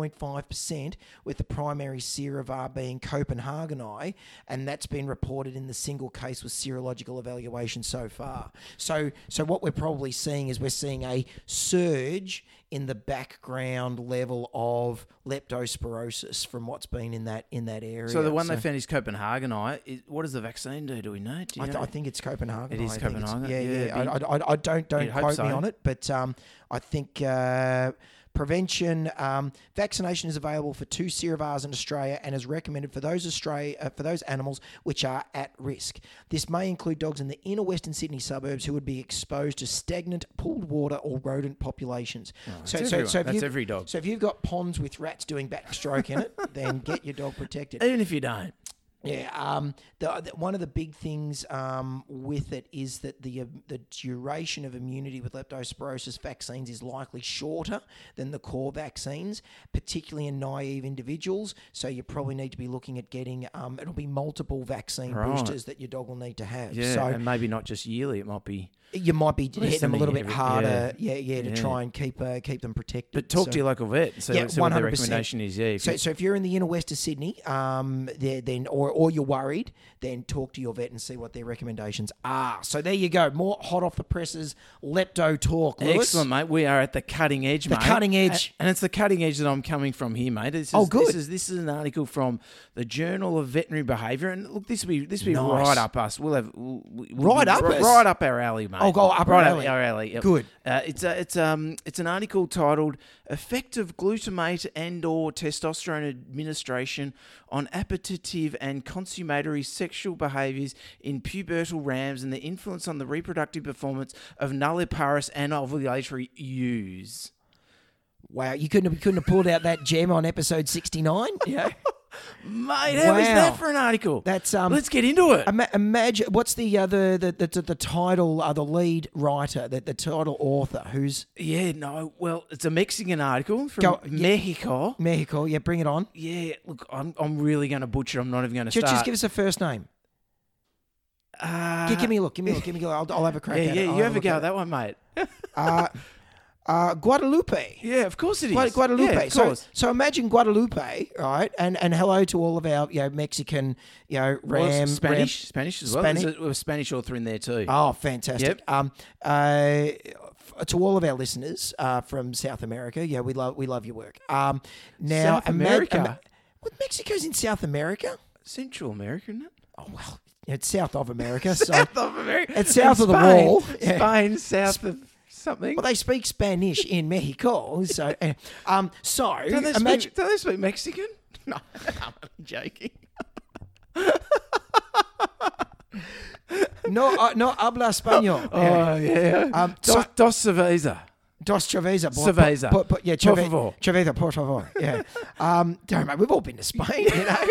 C: 2.5%, with the primary serovar being Copenhageni, and that's been reported in the single case with serological evaluation so far. So, so what we're probably seeing is we're seeing a surge in the background level of leptospirosis from what's been in that in that area.
D: So the one they found is Copenhagenite. Is, what does the vaccine do? Do we know? Do you
C: I, th-
D: know?
C: I think it's Copenhagen.
D: It is
C: I think it's-
D: Copenhagen,
C: Yeah,
D: yeah,
C: yeah. I, I, I, I don't don't
D: You'd hope
C: quote me
D: so.
C: on it, but um, I think uh, prevention. Um, vaccination is available for two serovars in Australia and is recommended for those Australia uh, for those animals which are at risk. This may include dogs in the inner Western Sydney suburbs who would be exposed to stagnant pooled water or rodent populations. so,
D: Oh, that's everyone. That's every dog.
C: So if you've got ponds with rats doing backstroke in it, then get your dog protected.
D: Even if you don't.
C: Yeah, um, the, the- one of the big things um, with it is that the uh, the duration of immunity with leptospirosis vaccines is likely shorter than the core vaccines, particularly in naive individuals. So you probably need to be looking at getting um, it'll be multiple vaccine
D: Right.
C: boosters that your dog will need to have.
D: Yeah,
C: so
D: and maybe not just yearly. It might be.
C: you might be hitting them a
D: than
C: little bit
D: every-
C: harder. Yeah, yeah, to
D: Yeah.
C: try and keep uh, keep them protected.
D: But talk
C: So-
D: to your local vet. So,
C: Yeah,
D: so what their
C: 100%.
D: recommendation is. Yeah, if
C: so,
D: you-
C: so if you're in the inner west of Sydney, um, there- then or, or you're worried, then talk to your vet and see what their recommendations are. So there you go, more hot off the presses lepto talk. Lewis.
D: Excellent, mate. We are at the cutting edge, the mate.
C: cutting edge.
D: A- And it's the cutting edge that I'm coming from here, mate. This is,
C: Oh, good.
D: This is, this is an article from the Journal of Veterinary Behaviour. And look, this will be, this will be
C: Nice.
D: right up us. We'll have. We'll, we'll
C: Right
D: be
C: up
D: ri-
C: us?
D: Right up our alley, mate.
C: Oh, go up our
D: right
C: alley.
D: Up our alley. yep.
C: Good.
D: Uh, it's, a, it's, um, it's an article titled Effective Glutamate and or Testosterone Administration on Appetitive and Consummatory Sexual Behaviours in Pubertal Rams and the Influence on the Reproductive Performance of Nulliparous and Ovulatory Ewes.
C: Wow, you couldn't have, you couldn't have pulled out that gem on episode sixty nine. Yeah,
D: Mate, how is that
C: Wow.
D: for an article?
C: That's, um,
D: Let's get into it.
C: Ima- imagine what's the other the the, the, the title, uh, the lead writer, the, the title author, who's
D: yeah, no. Well, it's a Mexican article from
C: Go- yeah.
D: Mexico.
C: Mexico. Yeah, bring it on.
D: Yeah, look, I'm, I'm really going to butcher. I'm not even going to
C: Just,
D: start.
C: just give us a first name.
D: uh,
C: Give, give me a look. Give me a look. Give me a look. I'll, I'll have a crack.
D: yeah,
C: at
D: yeah.
C: it. I'll
D: You have a
C: look
D: go
C: at
D: at that one, mate.
C: it. Uh, Guadalupe.
D: Yeah, of course it is.
C: Gua- Guadalupe.
D: Yeah, of
C: so,
D: course.
C: so imagine Guadalupe, right? And and hello to all of our you know Mexican you know
D: Well,
C: ram ram-
D: Spanish, Spanish as well. Uh,
C: Spanish-
D: There's a, a Spanish author in there too.
C: Oh, fantastic!
D: Yep.
C: Um, uh, f- to all of our listeners uh, from South America, yeah, we love we love your work. Um, now
D: South
C: ima-
D: America?
C: ima- what Mexico's in South America?
D: Central America, isn't it?
C: Oh well, it's south of America. So
D: South of America.
C: It's south of
D: And
C: the
D: Spain.
C: wall. Yeah.
D: Spain, south of something.
C: well, they speak Spanish in Mexico. So, uh, um, so
D: don't, they
C: imagine.
D: speak, don't they speak Mexican? No, I'm joking.
C: No, uh, no habla español. Yeah.
D: Oh yeah.
C: Um,
D: dos,
C: so-
D: dos cerveza.
C: Dos Chaveza. Por,
D: Cerveza.
C: Por, por, yeah,
D: Por
C: Chave-
D: favor.
C: Chaveza, por favor. Yeah. Um, don't mate, we've all been to Spain, you know.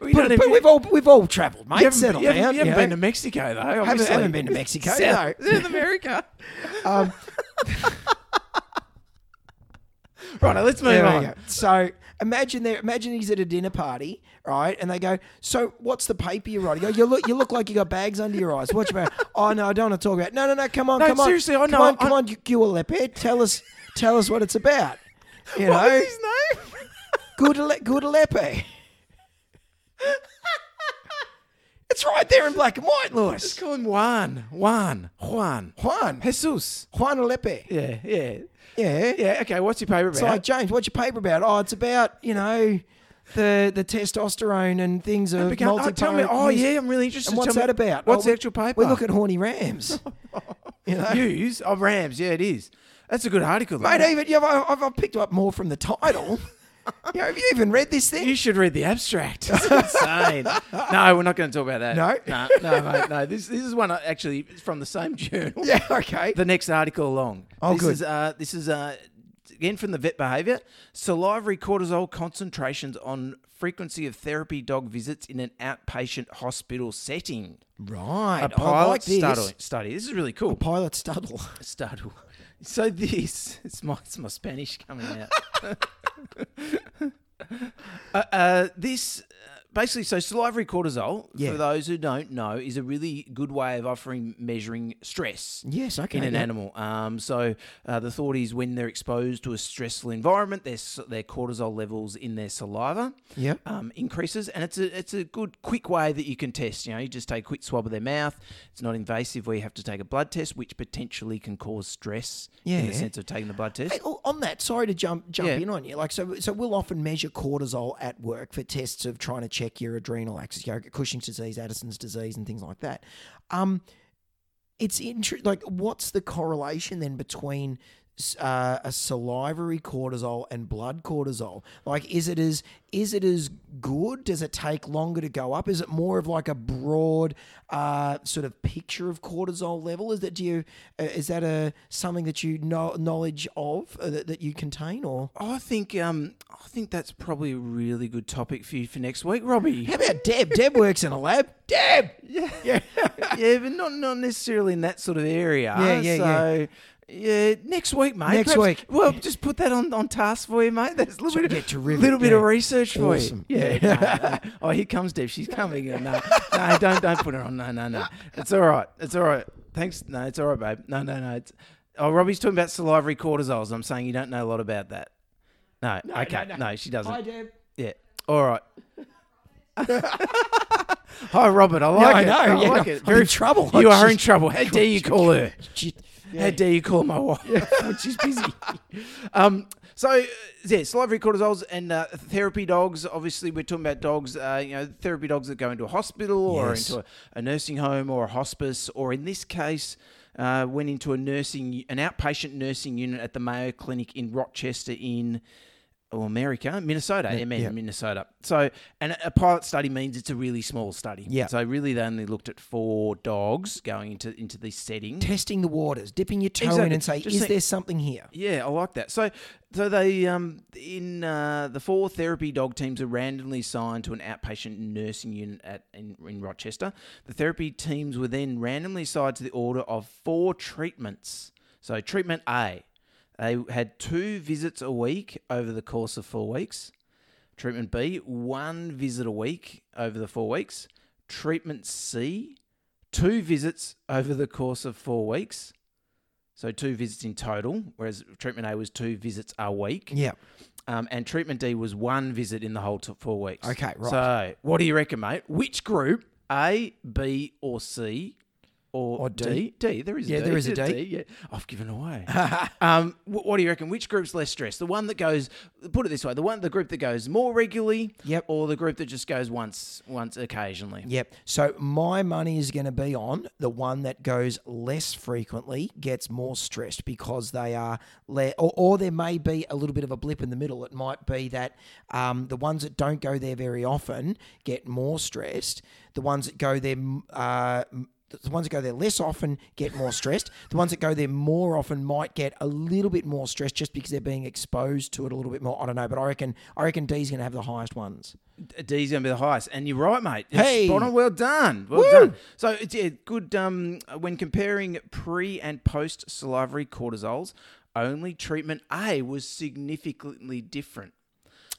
D: We
C: but,
D: don't even-
C: but we've all we've all travelled, mate.
D: you haven't,
C: Settle
D: you haven't-
C: down.
D: you haven't
C: know.
D: been to Mexico though. obviously.
C: haven't been to Mexico,
D: South,
C: no.
D: South America. Um, right, now let's move
C: There we
D: on.
C: go. So imagine there. Imagine he's at a dinner party, right? And they go, "So what's the paper you're writing?" You go, "You look, you look like you got bags under your eyes. What's your about?" Oh no, I don't want to talk about. It. No, no, no. Come on,
D: No,
C: come on.
D: seriously, I
C: come
D: know-
C: on, come
D: I-
C: on, you Guadalupe. Tell us, tell us what it's about. You
D: What
C: know,
D: was his name?
C: Guadale- Guadalupe. it's right there in black and white,
D: Let's
C: Lewis.
D: call him Juan. Juan. Juan.
C: Juan,
D: Jesus.
C: Juan Alepe.
D: Yeah, yeah.
C: Yeah,
D: Yeah, okay, what's your paper about?
C: It's like James, what's your paper about? Oh, it's about you know the the testosterone and things of
D: Become- oh,
C: multi.
D: tell me. Oh, yeah, I'm really interested.
C: And what's
D: Tell me-
C: that about? Oh,
D: What's the
C: we-
D: actual paper?
C: We look at horny rams. you know,
D: News of Rams. Yeah, it is. That's a good article. though.
C: mate. Even you know, I- I've, I've picked up more from the title. you know, have you even read this thing?
D: You should read the abstract. It's insane. no, we're not going to talk about that.
C: No?
D: no, no, mate, no. This this is one I- actually it's from the same journal.
C: yeah, okay.
D: The next article along.
C: Oh,
D: this
C: good.
D: Is, uh, this is uh, again from the vet behaviour. Salivary cortisol concentrations on frequency of therapy dog visits in an outpatient hospital setting.
C: right,
D: A
C: I
D: pilot
C: like this.
D: study. study. This is really cool.
C: Pilot studdle.
D: Startle. So this it's my it's my Spanish coming out. uh, uh, this uh, basically so salivary cortisol
C: Yeah.
D: for those who don't know is a really good way of offering measuring stress
C: Yes, okay.
D: in an
C: yeah.
D: animal. Um, so uh, the thought is when they're exposed to a stressful environment, their s- their cortisol levels in their saliva
C: Yep.
D: um, increases, and it's a it's a good quick way that you can test. You know, you just take a quick swab of their mouth. It's not invasive where you have to take a blood test, which potentially can cause stress in
C: Yeah.
D: the sense of taking the blood test.
C: Hey, oh, on that, sorry to jump jump
D: Yeah.
C: in on you. Like so, so we'll often measure cortisol at work for tests of trying to check your adrenal axis, you know, Cushing's disease, Addison's disease, and things like that. Um, it's interesting. Like, what's the correlation then between s- uh, a salivary cortisol and blood cortisol? Like, is it as is it as good? Does it take longer to go up? Is it more of like a broad uh, sort of picture of cortisol level? Is that do you uh, is that a something that you know knowledge of uh, that, that you contain or?
D: I think um, I think that's probably a really good topic for you for next week, Robbie.
C: How about Deb? Deb works in a lab. Deb. Yeah. Yeah.
D: yeah, but not not necessarily in that sort of area.
C: Yeah, yeah,
D: so, yeah. next week, mate.
C: Next
D: Perhaps-
C: week.
D: Well, just put that on, on task for you, mate. That's a little bit,
C: Yeah,
D: of,
C: terrific,
D: little bit of
C: yeah.
D: research for
C: Awesome.
D: you. Yeah. no, no. Oh, here comes Deb. She's coming. No, no, don't don't put her on. No, no, no. It's all right. It's all right. Thanks. No, it's all right, babe. No, no, no. It's, oh, Robbie's talking about salivary cortisols. I'm saying you don't know a lot about that. No. okay. No,
C: no.
D: she doesn't.
C: Hi, Deb.
D: Yeah. All right. Hi, Robert. I
C: Yeah,
D: like
C: I
D: it.
C: know.
D: I
C: yeah,
D: like
C: I'm
D: it.
C: in trouble.
D: You
C: I
D: are in
C: just-
D: trouble. How dare you call her?
C: Shit.
D: How dare you call my wife? She's busy. um, so uh, yeah, salivary cortisols and uh, therapy dogs. Obviously, we're talking about dogs. Uh, you know, therapy dogs that go into a hospital or
C: Yes.
D: into a, a nursing home or a hospice, or in this case. Uh, went into a nursing, an outpatient nursing unit at the Mayo Clinic in Rochester, in or America, Minnesota, I mean,
C: yeah.
D: Minnesota. So, and a- a pilot study means it's a really small study.
C: Yeah.
D: So really, they only looked at four dogs going into into this setting.
C: Testing the waters, dipping your toe in
D: Exactly.
C: and say,
D: Just
C: is
D: think-
C: there something here?
D: Yeah, I like that. So, so they um, in uh, the four therapy dog teams are randomly assigned to an outpatient nursing unit at in, in Rochester. The therapy teams were then randomly assigned to the order of four treatments. So, treatment A, they had two visits a week over the course of four weeks. Treatment B, one visit a week over the four weeks. Treatment C, two visits over the course of four weeks. So two visits in total, whereas treatment A was two visits a week.
C: Yeah.
D: Um, and treatment D was one visit in the whole t- four weeks.
C: Okay, right.
D: So what do you reckon, mate? Which group, A, B, or C, or,
C: Or
D: D?
C: D.
D: D, there is a
C: Yeah,
D: D.
C: there is a
D: There's
C: D.
D: Yeah, I've given away. um, wh- what do you reckon? Which group's less stressed? The one that goes, put it this way, the one, the group that goes more regularly,
C: Yep.
D: or the group that just goes once, once occasionally.
C: Yep. So my money is going to be on the one that goes less frequently, gets more stressed because they are, le- or, or there may be a little bit of a blip in the middle. It might be that um, the ones that don't go there very often get more stressed. The ones that go there, m- uh, m- the ones that go there less often get more stressed. The ones that go there more often might get a little bit more stressed just because they're being exposed to it a little bit more. I don't know, but I reckon I reckon D's going to have the highest ones.
D: D's going to be the highest, and you're right, mate. It's
C: Hey.
D: spot on. Well done, well done. So it's yeah, good. Um, when comparing pre and post salivary cortisols, only treatment A was significantly different.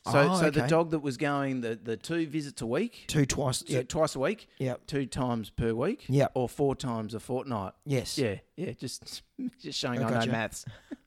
D: So,
C: Oh,
D: so the
C: okay.
D: dog that was going the, the two visits a week,
C: Two twice.
D: so
C: Yeah.
D: twice a week,
C: Yep.
D: two times per week,
C: Yep.
D: or four times a fortnight.
C: Yes.
D: Yeah, yeah, just just showing I
C: Oh, gotcha.
D: know maths.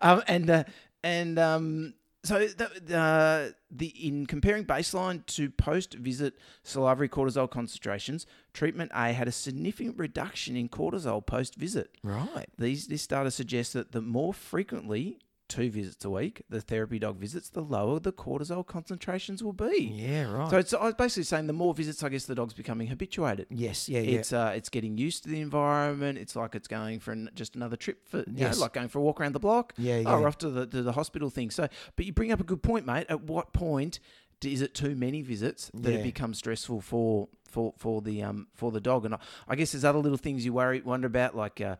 D: um, and uh, and um, so the, the the in comparing baseline to post visit salivary cortisol concentrations, treatment A had a significant reduction in cortisol post visit.
C: Right.
D: These this data suggests that the more frequently two visits a week the therapy dog visits, the lower the cortisol concentrations will be.
C: Yeah, right.
D: So it's I was basically saying the more visits, I guess the dog's becoming habituated.
C: yes, yeah, yeah.
D: It's uh, it's getting used to the environment. It's like it's going for an, just another trip for you
C: Yes.
D: know, like going for a walk around the block.
C: Yeah,
D: Oh,
C: yeah.
D: we're off to the to the hospital thing. So, but you bring up a good point, mate. At what point d- is it too many visits that it
C: Yeah.
D: becomes stressful for for for the um for the dog? And I, I guess there's other little things you worry wonder about, like. Uh,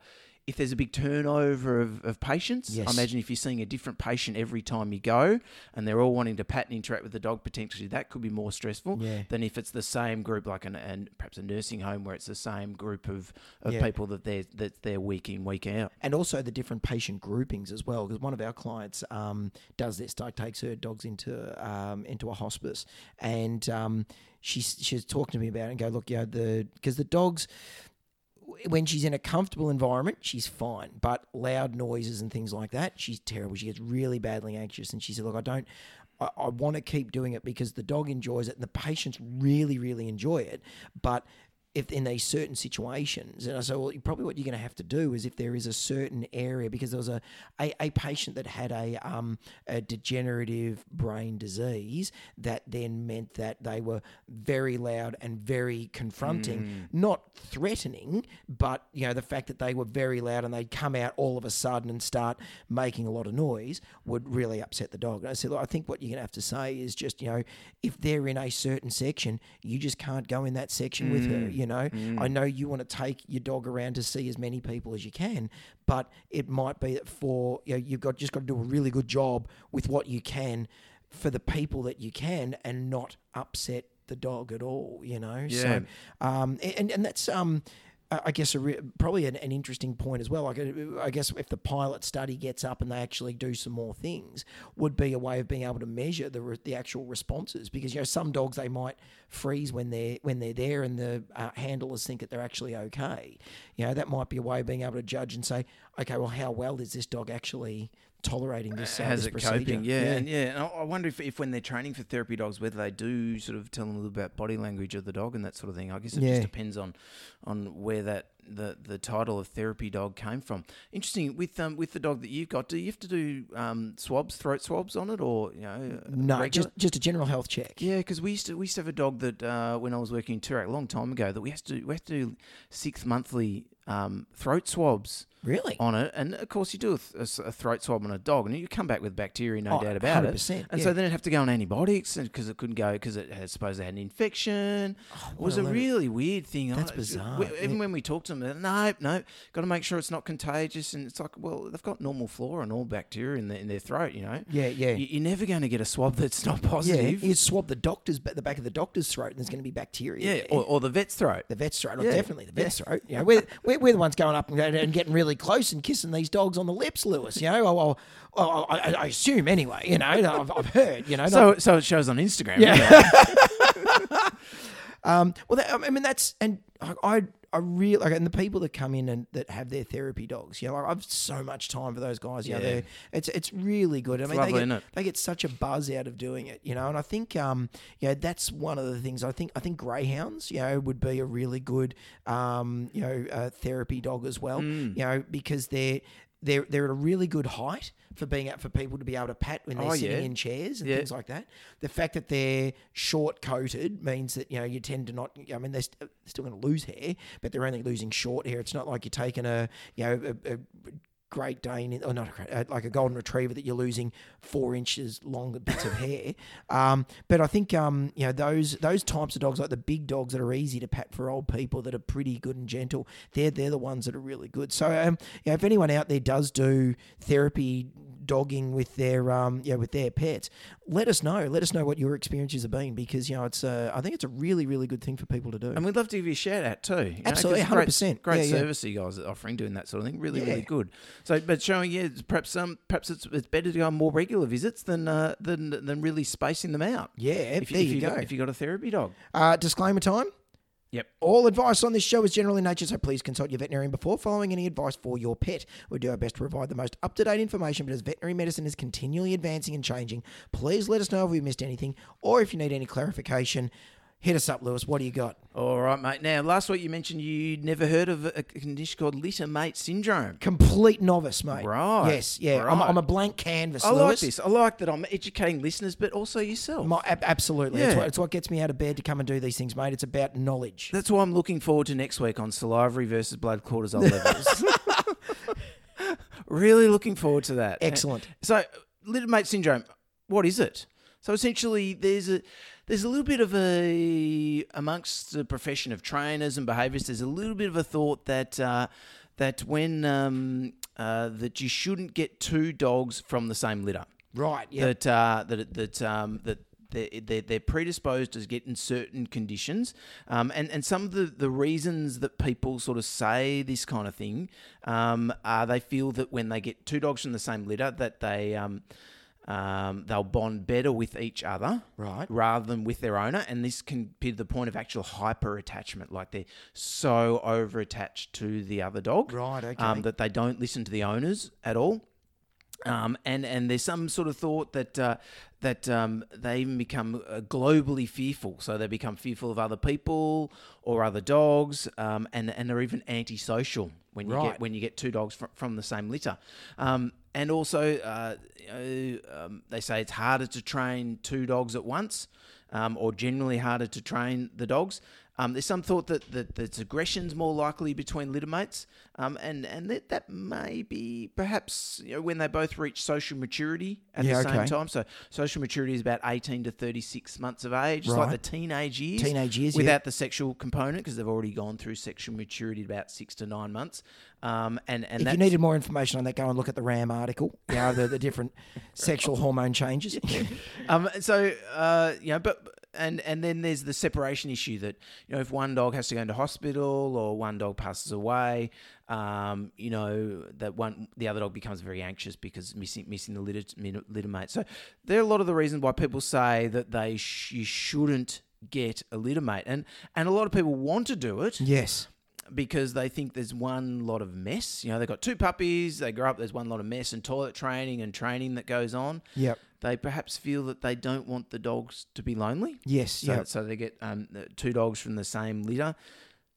D: if there's a big turnover of, of patients, I
C: Yes.
D: imagine if you're seeing a different patient every time you go and they're all wanting to pat and interact with the dog, potentially that could be more stressful
C: Yeah.
D: than if it's the same group, like an and perhaps a nursing home where it's the same group of, of
C: Yeah.
D: people that they're that they're week in week out.
C: and also the different patient groupings as well, because one of our clients um, does this. Like takes her dogs into um, into a hospice, and um, she's she's talking to me about it and go, look, you know, the because the dogs when she's in a comfortable environment, she's fine. But loud noises and things like that, she's terrible. She gets really badly anxious, and she said, "Look, I don't. I, I want to keep doing it because the dog enjoys it, and the patients really, really enjoy it. But if in these certain situations, and I said, well, you- probably what you're going to have to do is if there is a certain area, because there was a, a, a patient that had a, um, a degenerative brain disease that then meant that they were very loud and very confronting, not threatening, but you know the fact that they were very loud and they'd come out all of a sudden and start making a lot of noise would really upset the dog. And I said, look, I think what you're going to have to say is just you know if they're in a certain section, you just can't go in that section with her. You know, I know you want to take your dog around to see as many people as you can, but it might be that for you know you've got just got to do a really good job with what you can for the people that you can and not upset the dog at all, you know.
D: Yeah.
C: So, um, and and that's um, I I guess a re- probably an, an interesting point as well. Like, uh, I guess if the pilot study gets up and they actually do some more things, would be a way of being able to measure the re- the actual responses because you know some dogs they might freeze when they're when they're there and the uh, handlers think that they're actually okay. You know that might be a way of being able to judge and say, okay, well, how well is this dog actually tolerating this? uh,
D: How's
C: this
D: it
C: procedure?
D: coping? Yeah, and yeah. And I I wonder if, if when they're training for therapy dogs, whether they do sort of tell them a little about body language of the dog and that sort of thing. I guess it
C: Yeah.
D: just depends on on where that the, the title of therapy dog came from. Interesting with um with the dog that you've got, do you have to do um swabs, throat swabs on it, or you know? uh,
C: No,
D: regular?
C: just just a general health check.
D: Yeah, because we used to we used to have a dog that uh, when I was working in Turak a long time ago that we had to do, we had to do six monthly um, throat swabs
C: Really?
D: on it, and of course you do a, th- a s- a throat swab on a dog, and you come back with bacteria, no
C: Oh,
D: doubt about it.
C: 100%,
D: And
C: yeah.
D: so then it'd have to go on antibiotics because it couldn't go because it had supposed they had an infection. it
C: Oh, what a
D: was a
C: load of-
D: really weird thing.
C: That's
D: I-
C: bizarre,
D: we-
C: yeah.
D: even when we talked to them, they're, no, no, got to make sure it's not contagious, and it's like, well, they've got normal flora and all bacteria in their, in their throat, you know.
C: Yeah, yeah.
D: You- You're never going to get a swab that's not positive.
C: Yeah, you swab the doctor's the back of the doctor's throat, and there's going to be bacteria.
D: Yeah, or, or the vet's throat.
C: the vet's throat, or
D: Yeah.
C: definitely the vet's throat. You know, we're, we're, we're the ones going up and, and getting really close and kissing these dogs on the lips, Lewis. You know, well, well, well, I, I assume anyway. You know, I've, I've heard. You know, not-
D: So, so it shows on Instagram.
C: Yeah.
D: doesn't it?
C: Um, well, that, I mean, that's and I, I, I really like, and the people that come in and that have their therapy dogs. You know, like, I've so much time for those guys. You know,
D: Yeah.
C: they're- it's it's really good. I mean,
D: lovely,
C: they, get,
D: isn't it?
C: they get such a buzz out of doing it. You know, and I think, um, you know, that's one of the things. I think I think greyhounds, you know, would be a really good, um, you know, uh, therapy dog as well.
D: Mm.
C: You know, because they're they're they're at a really good height for being out for people to be able to pat when they're
D: Oh,
C: sitting
D: yeah.
C: in chairs and
D: Yeah.
C: things like that. The fact that they're short coated means that you know you tend to not. I mean, they're st- still going to lose hair, but they're only losing short hair. It's not like you're taking a you know a, a Great Dane or not a great, uh, like a golden retriever that you're losing four inches longer bits of hair. Um, but I think um, you know those those types of dogs like the big dogs that are easy to pat for old people that are pretty good and gentle. They're they're the ones that are really good. So um, you know, if anyone out there does do therapy dogging with their um you know, with their pets let us know let us know what your experiences have been because you know it's uh, i think it's a really really good thing for people to do
D: and we'd love to give you a shout out too. you know, 'cause
C: Absolutely,
D: it's
C: 100%.
D: Great, great
C: Yeah, yeah.
D: service you guys are offering, doing that sort of thing. Really, really
C: Yeah.
D: good. So, but showing yeah, it's perhaps um, perhaps it's, it's better to go on more regular visits than uh, than than really spacing them out.
C: yeah
D: If,
C: there
D: if
C: you, go
D: Got, if you got a therapy dog.
C: uh, disclaimer time
D: Yep.
C: All advice on this show is general in nature, so please consult your veterinarian before following any advice for your pet. We do our best to provide the most up to date information, but as veterinary medicine is continually advancing and changing, please let us know if we missed anything or if you need any clarification. Hit us up, Lewis. What do you got?
D: All right, mate. Now, last week you mentioned you'd never heard of a condition called litter mate syndrome.
C: Complete novice, mate.
D: Right,
C: Yes, yeah. I'm,
D: right.
C: I'm a blank canvas,
D: I like
C: Lewis.
D: this. I like that I'm educating listeners, but also yourself.
C: My, ab- absolutely. It's,
D: Yeah.
C: what, it's what gets me out of bed to come and do these things, mate. It's about knowledge.
D: That's why I'm looking forward to next week on salivary versus blood cortisol levels. really looking forward to that.
C: Excellent.
D: So, little mate syndrome, what is it? So essentially, there's a there's a little bit of a amongst the profession of trainers and behaviourists. There's a little bit of a thought that uh, that when um, uh, that you shouldn't get two dogs from the same litter
C: Right, yeah.
D: that uh, that that um, that. They're, they're, they're predisposed to get in certain conditions. Um, and, and some of the, the reasons that people sort of say this kind of thing um, are they feel that when they get two dogs from the same litter, that they, um, um, they'll bond better with each other
C: Right.
D: rather than with their owner. And this can be to the point of actual hyper attachment, like they're so over attached to the other dog
C: Right, okay.
D: um, that they don't listen to the owners at all. Um, and and there's some sort of thought that uh, that um, they even become uh, globally fearful, so they become fearful of other people or other dogs, um, and and they're even antisocial when you
C: Right.
D: get when you get two dogs fr- from the same litter. Um, and also, uh, you know, um, they say it's harder to train two dogs at once, um, or generally harder to train the dogs. Um, there's some thought that, that that aggression's more likely between littermates, um, and and that, that may be perhaps you know, when they both reach social maturity at
C: Yeah,
D: the same
C: okay.
D: time. So social maturity is about 18 to 36 months of age, it's like
C: Right.
D: the teenage years.
C: Teenage years, yeah.
D: without the sexual component because they've already gone through sexual maturity at about six to nine months. Um, and and
C: If
D: that's,
C: you needed more information on that, go and look at the RAM article. You know, the, the different sexual hormone changes.
D: um, so uh, you know, but and and then there's the separation issue that you know if one dog has to go into hospital or one dog passes away, um, you know that one the other dog becomes very anxious because missing missing the litter, min- litter mate. So there are a lot of the reasons why people say that they sh- you shouldn't get a litter mate, and and a lot of people want to do it
C: yes.
D: because they think there's one lot of mess. You know, they've got two puppies, they grow up, there's one lot of mess and toilet training and training that goes on.
C: Yep.
D: They perhaps feel that they don't want the dogs to be lonely.
C: Yes.
D: So,
C: yep.
D: so they get um, the two dogs from the same litter.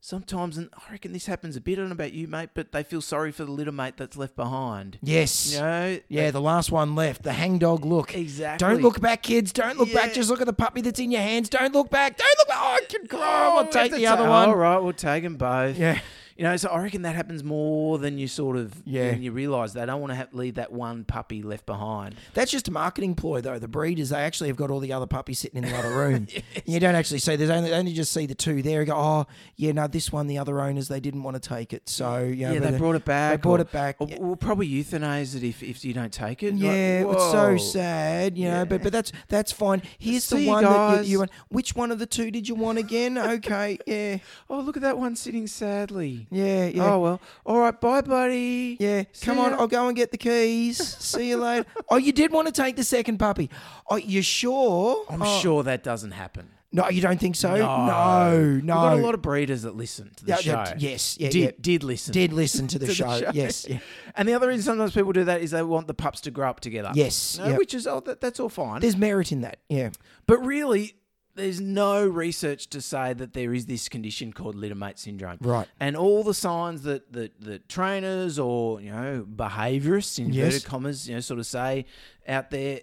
D: Sometimes, and I reckon this happens a bit, I don't know about you, mate, but they feel sorry for the litter mate that's left behind.
C: Yes.
D: You know?
C: Yeah, the last one left, the hangdog look.
D: Exactly.
C: Don't look back, kids. Don't look back.
D: Yeah.
C: Just look at the puppy that's in your hands. Don't look back. Don't look back. Oh, I can cry. I'll take the other
D: All
C: one.
D: right, we'll take them both.
C: Yeah.
D: You know, so I reckon that happens more than you sort of,
C: Yeah.
D: than you realise. They don't want to have, leave that one puppy left behind.
C: That's just a marketing ploy, though. The breeders, they actually have got all the other puppies sitting in the other room. You don't actually see. There's only they only just see the two there. You go, oh, yeah, no, this one, the other owners, they didn't want to take it. So you know,
D: Yeah,
C: but
D: they brought it back.
C: They brought
D: or-
C: it back.
D: Or, We'll probably euthanize it if, if you don't take it. Like,
C: Yeah, it's so
D: whoa.
C: sad, you know. But but that's that's fine. Here's
D: See
C: the
D: you
C: one that
D: guys.
C: you, you want. Which one of the two did you want again? okay, yeah,
D: Oh, look at that one sitting sadly.
C: yeah, yeah.
D: Oh well. All right. Bye, buddy.
C: Yeah,
D: See
C: come on,
D: ya.
C: I'll go and get the keys. See you later. Oh, you did want to take the second puppy. Oh, you sure?
D: I'm
C: Oh,
D: sure that doesn't happen.
C: No, you don't think so?
D: We've
C: no.
D: got a lot of breeders that listen to the
C: Yeah,
D: show.
C: yeah, yes, yeah,
D: Did
C: yeah.
D: did listen.
C: did listen to the,
D: to the
C: show. Yes, yeah.
D: And the other reason sometimes people do that is they want the pups to grow up together.
C: Yes,
D: No,
C: yep.
D: Which is oh, that, that's all fine.
C: There's merit in that. Yeah.
D: But really, there's no research to say that there is this condition called littermate syndrome.
C: Right.
D: And all the signs that that, that trainers or, you know, behaviorists in
C: Yes.
D: inverted commas, you know, sort of say out there,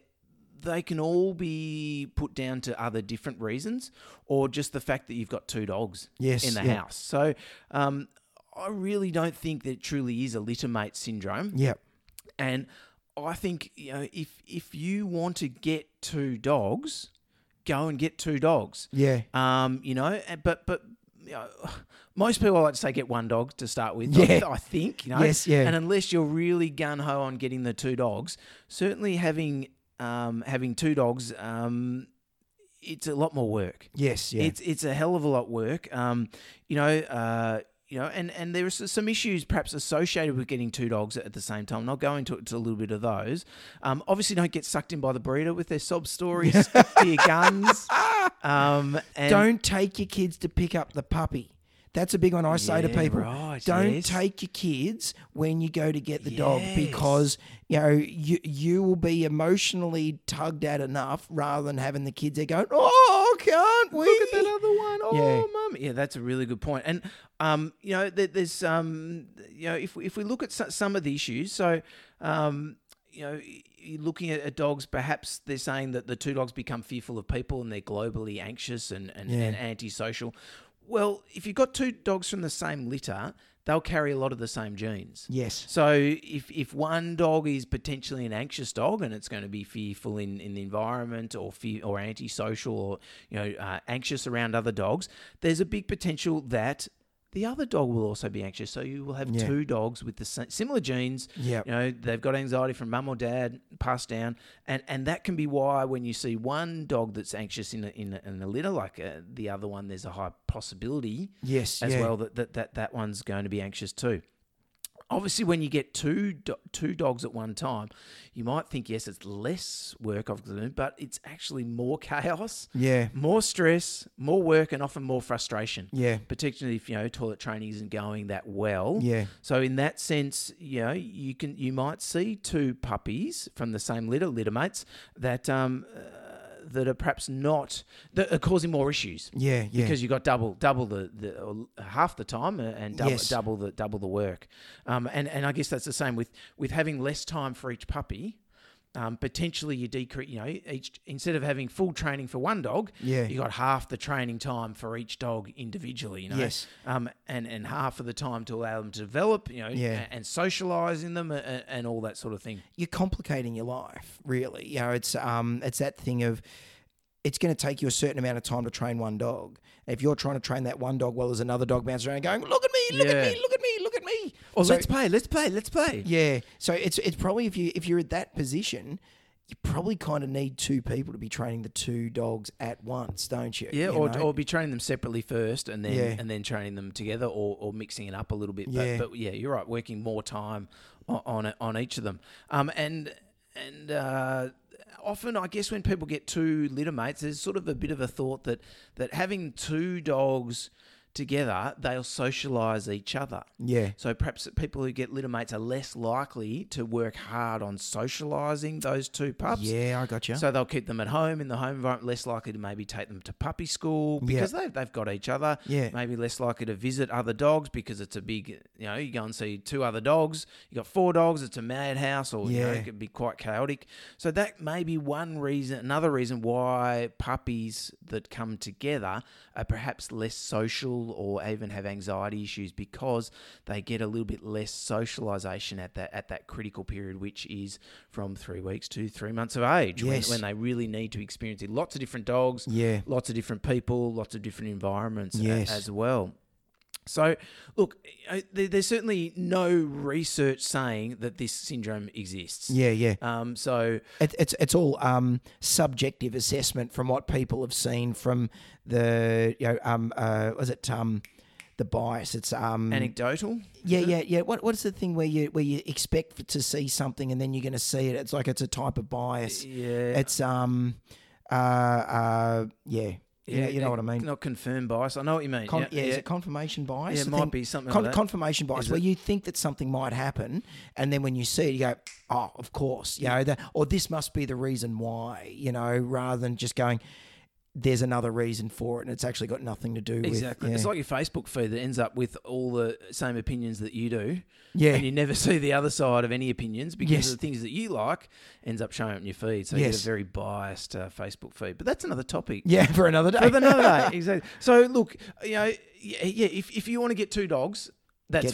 D: they can all be put down to other different reasons or just the fact that you've got two dogs
C: Yes,
D: in the
C: yeah.
D: house. So um, I really don't think that it truly is a littermate syndrome.
C: Yeah.
D: And I think you know if if you want to get two dogs, go and get two dogs.
C: Yeah.
D: Um, you know, and- but but you know, most people like to say get one dog to start with.
C: Yeah.
D: I, I think you know.
C: Yes, yeah.
D: And unless you're really gun ho on getting the two dogs, certainly having um having two dogs um it's a lot more work.
C: Yes. Yeah.
D: It's it's a hell of a lot of work. Um, you know, uh, you know, and and there are s- some issues perhaps associated with getting two dogs at the same time. And I'll go into to a little bit of those. Um, obviously, don't get sucked in by the breeder with their sob stories, stick to your guns. Um, and
C: Don't take your kids to pick up the puppy. That's a big one I say to
D: Yeah,
C: people.
D: right,
C: Don't
D: yes.
C: take your kids when you go to get the dog because you know you you will be emotionally tugged at enough rather than having the kids there going, Oh, can't we
D: look at that other one.
C: Yeah.
D: Oh, mum. Yeah, that's a really good point. And um, you know, there, there's um, you know, if we- if we look at so- some of the issues, so um, you know, y- y- looking at, at dogs, perhaps they're saying that the two dogs become fearful of people and they're globally anxious and and,
C: Yeah.
D: and antisocial. Well, if you've got two dogs from the same litter, they'll carry a lot of the same genes.
C: Yes.
D: So if if one dog is potentially an anxious dog and it's going to be fearful in, in the environment or fear or antisocial or you know uh, anxious around other dogs, there's a big potential that the other dog will also be anxious. So you will have
C: Yeah.
D: two dogs with the sa- similar genes.
C: Yep.
D: You know they've got anxiety from mum or dad passed down, and and that can be why when you see one dog that's anxious in a, in a, in a litter like uh, the other one, there's a high possibility
C: Yes.
D: as
C: yeah.
D: well that, that that that one's going to be anxious too. Obviously, when you get two do- two dogs at one time, you might think yes, it's less work I've done, but it's actually more chaos,
C: Yeah.
D: more stress, more work, and often more frustration.
C: Yeah.
D: particularly if you know toilet training isn't going that well.
C: Yeah.
D: So in that sense, you know, you can you might see two puppies from the same litter litter mates that um uh, that are perhaps not that are causing more issues.
C: Yeah, yeah.
D: Because you got double double the, the or half the time uh, and double,
C: Yes.
D: double the double the work. Um and and I guess that's the same with with having less time for each puppy. Um, potentially you decrease, you know, each instead of having full training for one dog,
C: Yeah.
D: you got half the training time for each dog individually, you know,
C: Yes.
D: um, and and half of the time to allow them to develop, you know,
C: Yeah.
D: a- and socialize in them and, and all that sort of thing.
C: you're complicating your life, really. You know, it's um, it's that thing of it's going to take you a certain amount of time to train one dog. If you're trying to train that one dog, well, there's another dog bouncing around going, "Look at me! Look
D: Yeah.
C: at me! Look at me! Look at me!"
D: Or
C: So-
D: let's play, let's play, let's play.
C: yeah. So it's it's probably if you if you're at that position, you probably kind of need two people to be training the two dogs at once, don't you?
D: Yeah,
C: You
D: or,
C: know?
D: or be training them separately first, and then
C: Yeah.
D: and then training them together, or, or mixing it up a little bit.
C: Yeah.
D: But, but yeah, you're right. Working more time o- on it- on each of them, um, and and uh, often I guess when people get two litter mates, there's sort of a bit of a thought that that having two dogs together, they'll socialise each other.
C: yeah,
D: So perhaps people who get litter mates are less likely to work hard on socialising those two pups.
C: yeah, I got you.
D: So they'll keep them at home in the home environment, less likely to maybe take them to puppy school because they, they've got each other.
C: Yeah.
D: Maybe less likely to visit other dogs because it's a big, you know, you go and see two other dogs, you got four dogs, it's a madhouse or, you know,
C: Yeah.
D: it could be quite chaotic. So that may be one reason, another reason why puppies that come together are perhaps less social or even have anxiety issues because they get a little bit less socialization at that, at that critical period, which is from three weeks to three months of age when-
C: Yes.
D: when, they really need to experience it. Lots of different dogs,
C: Yeah.
D: lots of different people, lots of different environments a-
C: Yes.
D: as well. So, look, uh, there- there's certainly no research saying that this syndrome exists.
C: yeah, yeah.
D: Um, so,
C: It, it's it's all um, subjective assessment from what people have seen from the you know um uh was it um the bias it's um
D: anecdotal.
C: yeah yeah yeah what what's the thing where you where you expect f- to see something and then you're going to see it it's like it's a type of bias
D: Yeah.
C: it's um uh uh yeah you know, you know what I mean
D: Not confirmed bias. I know what you mean.
C: Con-
D: yeah,
C: yeah, is
D: yeah.
C: it confirmation bias
D: Yeah, it
C: The
D: might
C: thing-
D: be something
C: con-
D: like that.
C: confirmation bias
D: Is
C: where
D: it-
C: you think that something might happen and then when you see it you go oh of course you know that, or this must be the reason why you know rather than just going there's another reason for it and it's actually got nothing to do
D: Exactly.
C: with
D: It's like your Facebook feed that ends up with all the same opinions that you do.
C: Yeah.
D: And you never see the other side of any opinions because
C: Yes.
D: the things that you like ends up showing up in your feed. So you get
C: Yes.
D: a very biased uh, Facebook feed. But that's another topic.
C: yeah for another day
D: For another day. Exactly. So look, you know, yeah, yeah if, if you want to get two dogs, that's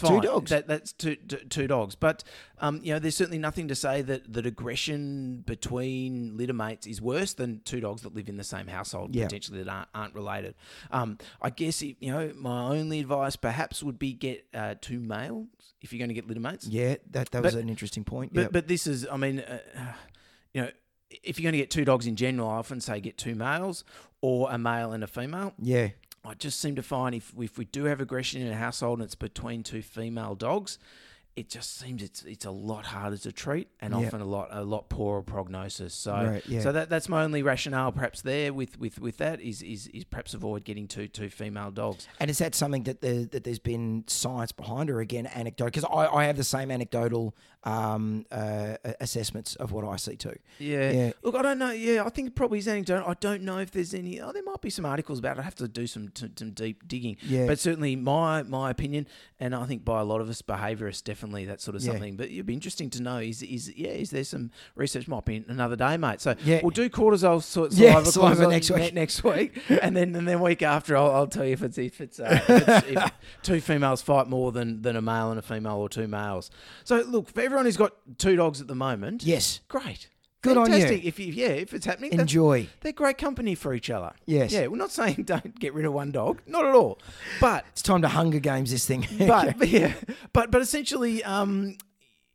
C: Get two
D: fine.
C: dogs.
D: That, that's two, two, two dogs. But, um, you know, there's certainly nothing to say that, that aggression between litter mates is worse than two dogs that live in the same household,
C: Yeah.
D: potentially that aren't, aren't related. Um, I guess, if, you know, my only advice perhaps would be get uh, two males if you're going to get litter mates.
C: yeah that that was
D: But-
C: an interesting point
D: But
C: yeah
D: but this is, I mean, uh, you know, if you're going to get two dogs in general, I often say get two males or a male and a female.
C: yeah
D: I just seem to find if if we do have aggression in a household and it's between two female dogs, it just seems it's it's a lot harder to treat and
C: Yeah.
D: often a lot a lot poorer prognosis. So
C: Right, yeah.
D: so that that's my only rationale perhaps there with with with that is is is perhaps avoid getting two two female dogs.
C: And is that something that the, that there's been science behind, or again anecdote? Because I, I have the same anecdotal um, uh, assessments of what I see too.
D: Yeah.
C: Yeah.
D: Look, I don't know. Yeah, I think it probably is anecdotal. I don't know if there's any. Oh, there might be some articles about. it. I have to do some t- some deep digging.
C: Yeah.
D: But certainly my my opinion, and I think by a lot of us behaviourists, definitely that's sort of
C: Yeah.
D: something. But it'd be interesting to know is is yeah is there some research? Might be another day, mate. So
C: Yeah.
D: we'll do cortisol sort
C: Yeah,
D: saliva,
C: saliva
D: cortisol
C: next
D: ne-
C: week.
D: next week, and then and then week after I'll, I'll tell you if it's if it's, uh, if it's if two females fight more than than a male and a female or two males. So look for everyone who's got two dogs at the moment.
C: Yes,
D: Great.
C: Good on you.
D: Fantastic. If you, yeah, if it's happening, that's-
C: enjoy.
D: they're great company for each other.
C: Yes.
D: Yeah, we're not saying don't get rid of one dog, not at all. But
C: It's time to Hunger Games this thing.
D: but, but yeah, but but essentially, um,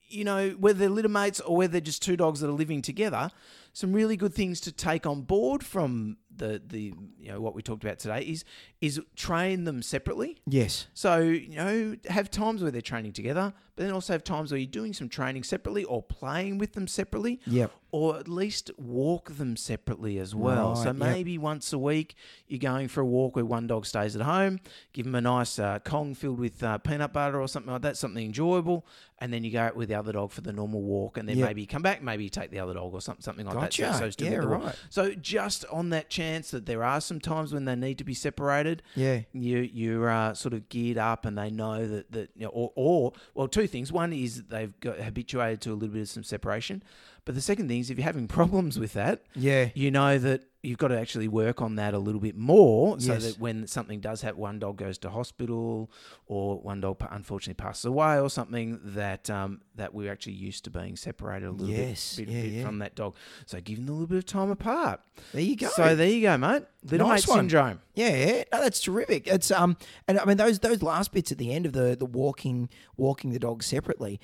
D: you know, whether they're litter mates or whether they're just two dogs that are living together, some really good things to take on board from the the you know what we talked about today is is train them separately.
C: Yes.
D: So, you know, have times where they're training together, but then also have times where you're doing some training separately or playing with them separately.
C: Yep.
D: Or at least walk them separately as well.
C: Right,
D: so
C: yep.
D: maybe once a week you're going for a walk where one dog stays at home, give them a nice uh, Kong filled with uh, peanut butter or something like that, something enjoyable, and then you go out with the other dog for the normal walk and then
C: Yep.
D: maybe you come back, maybe you take the other dog or something, something like that.
C: Gotcha.
D: So, so still
C: Yeah,
D: get the walk.
C: right.
D: So just on that chance that there are some times when they need to be separated,
C: Yeah.
D: you you're uh, sort of geared up, and they know that that you know, or, or well, two things. One is that they've got habituated to a little bit of some separation, but the second thing is if you're having problems with that,
C: Yeah.
D: you know that you've got to actually work on that a little bit more, so
C: Yes.
D: that when something does happen, one dog goes to hospital, or one dog pa- unfortunately passes away, or something that um, that we're actually used to being separated a little bit-
C: Yes.
D: bit,
C: Yeah,
D: bit
C: yeah.
D: from that dog. So give them a little bit of time apart.
C: There you go.
D: So there you go, mate. Little
C: Nice
D: mate
C: one.
D: syndrome.
C: Yeah, yeah. No, that's terrific. It's um, and I mean those those last bits at the end of the the walking walking the dog separately.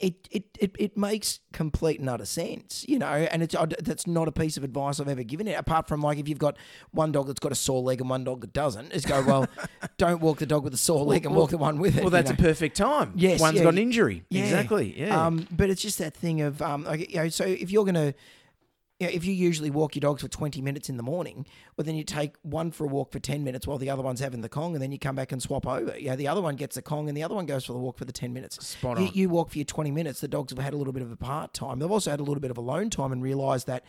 C: It, it, it, it makes complete and utter sense, you know, and it's I d- that's not a piece of advice I've ever given it. Apart from like if you've got one dog that's got a sore leg and one dog that doesn't, is go well, don't walk the dog with a sore leg and walk the one with it.
D: Well,
C: you
D: that's
C: know?
D: a perfect time.
C: Yes,
D: one's
C: yeah,
D: got an
C: y-
D: injury. Exactly. Yeah.
C: Um, but it's just that thing of um, like, you know, so if you're gonna, you know, if you usually walk your dogs for twenty minutes in the morning, well, then you take one for a walk for ten minutes while the other one's having the Kong, and then you come back and swap over. Yeah, the other one gets the Kong, and the other one goes for the walk for the ten minutes.
D: Spot
C: You-
D: on.
C: You, walk for your twenty minutes. The dogs have had a little bit of a part time. They've also had a little bit of alone time and realised that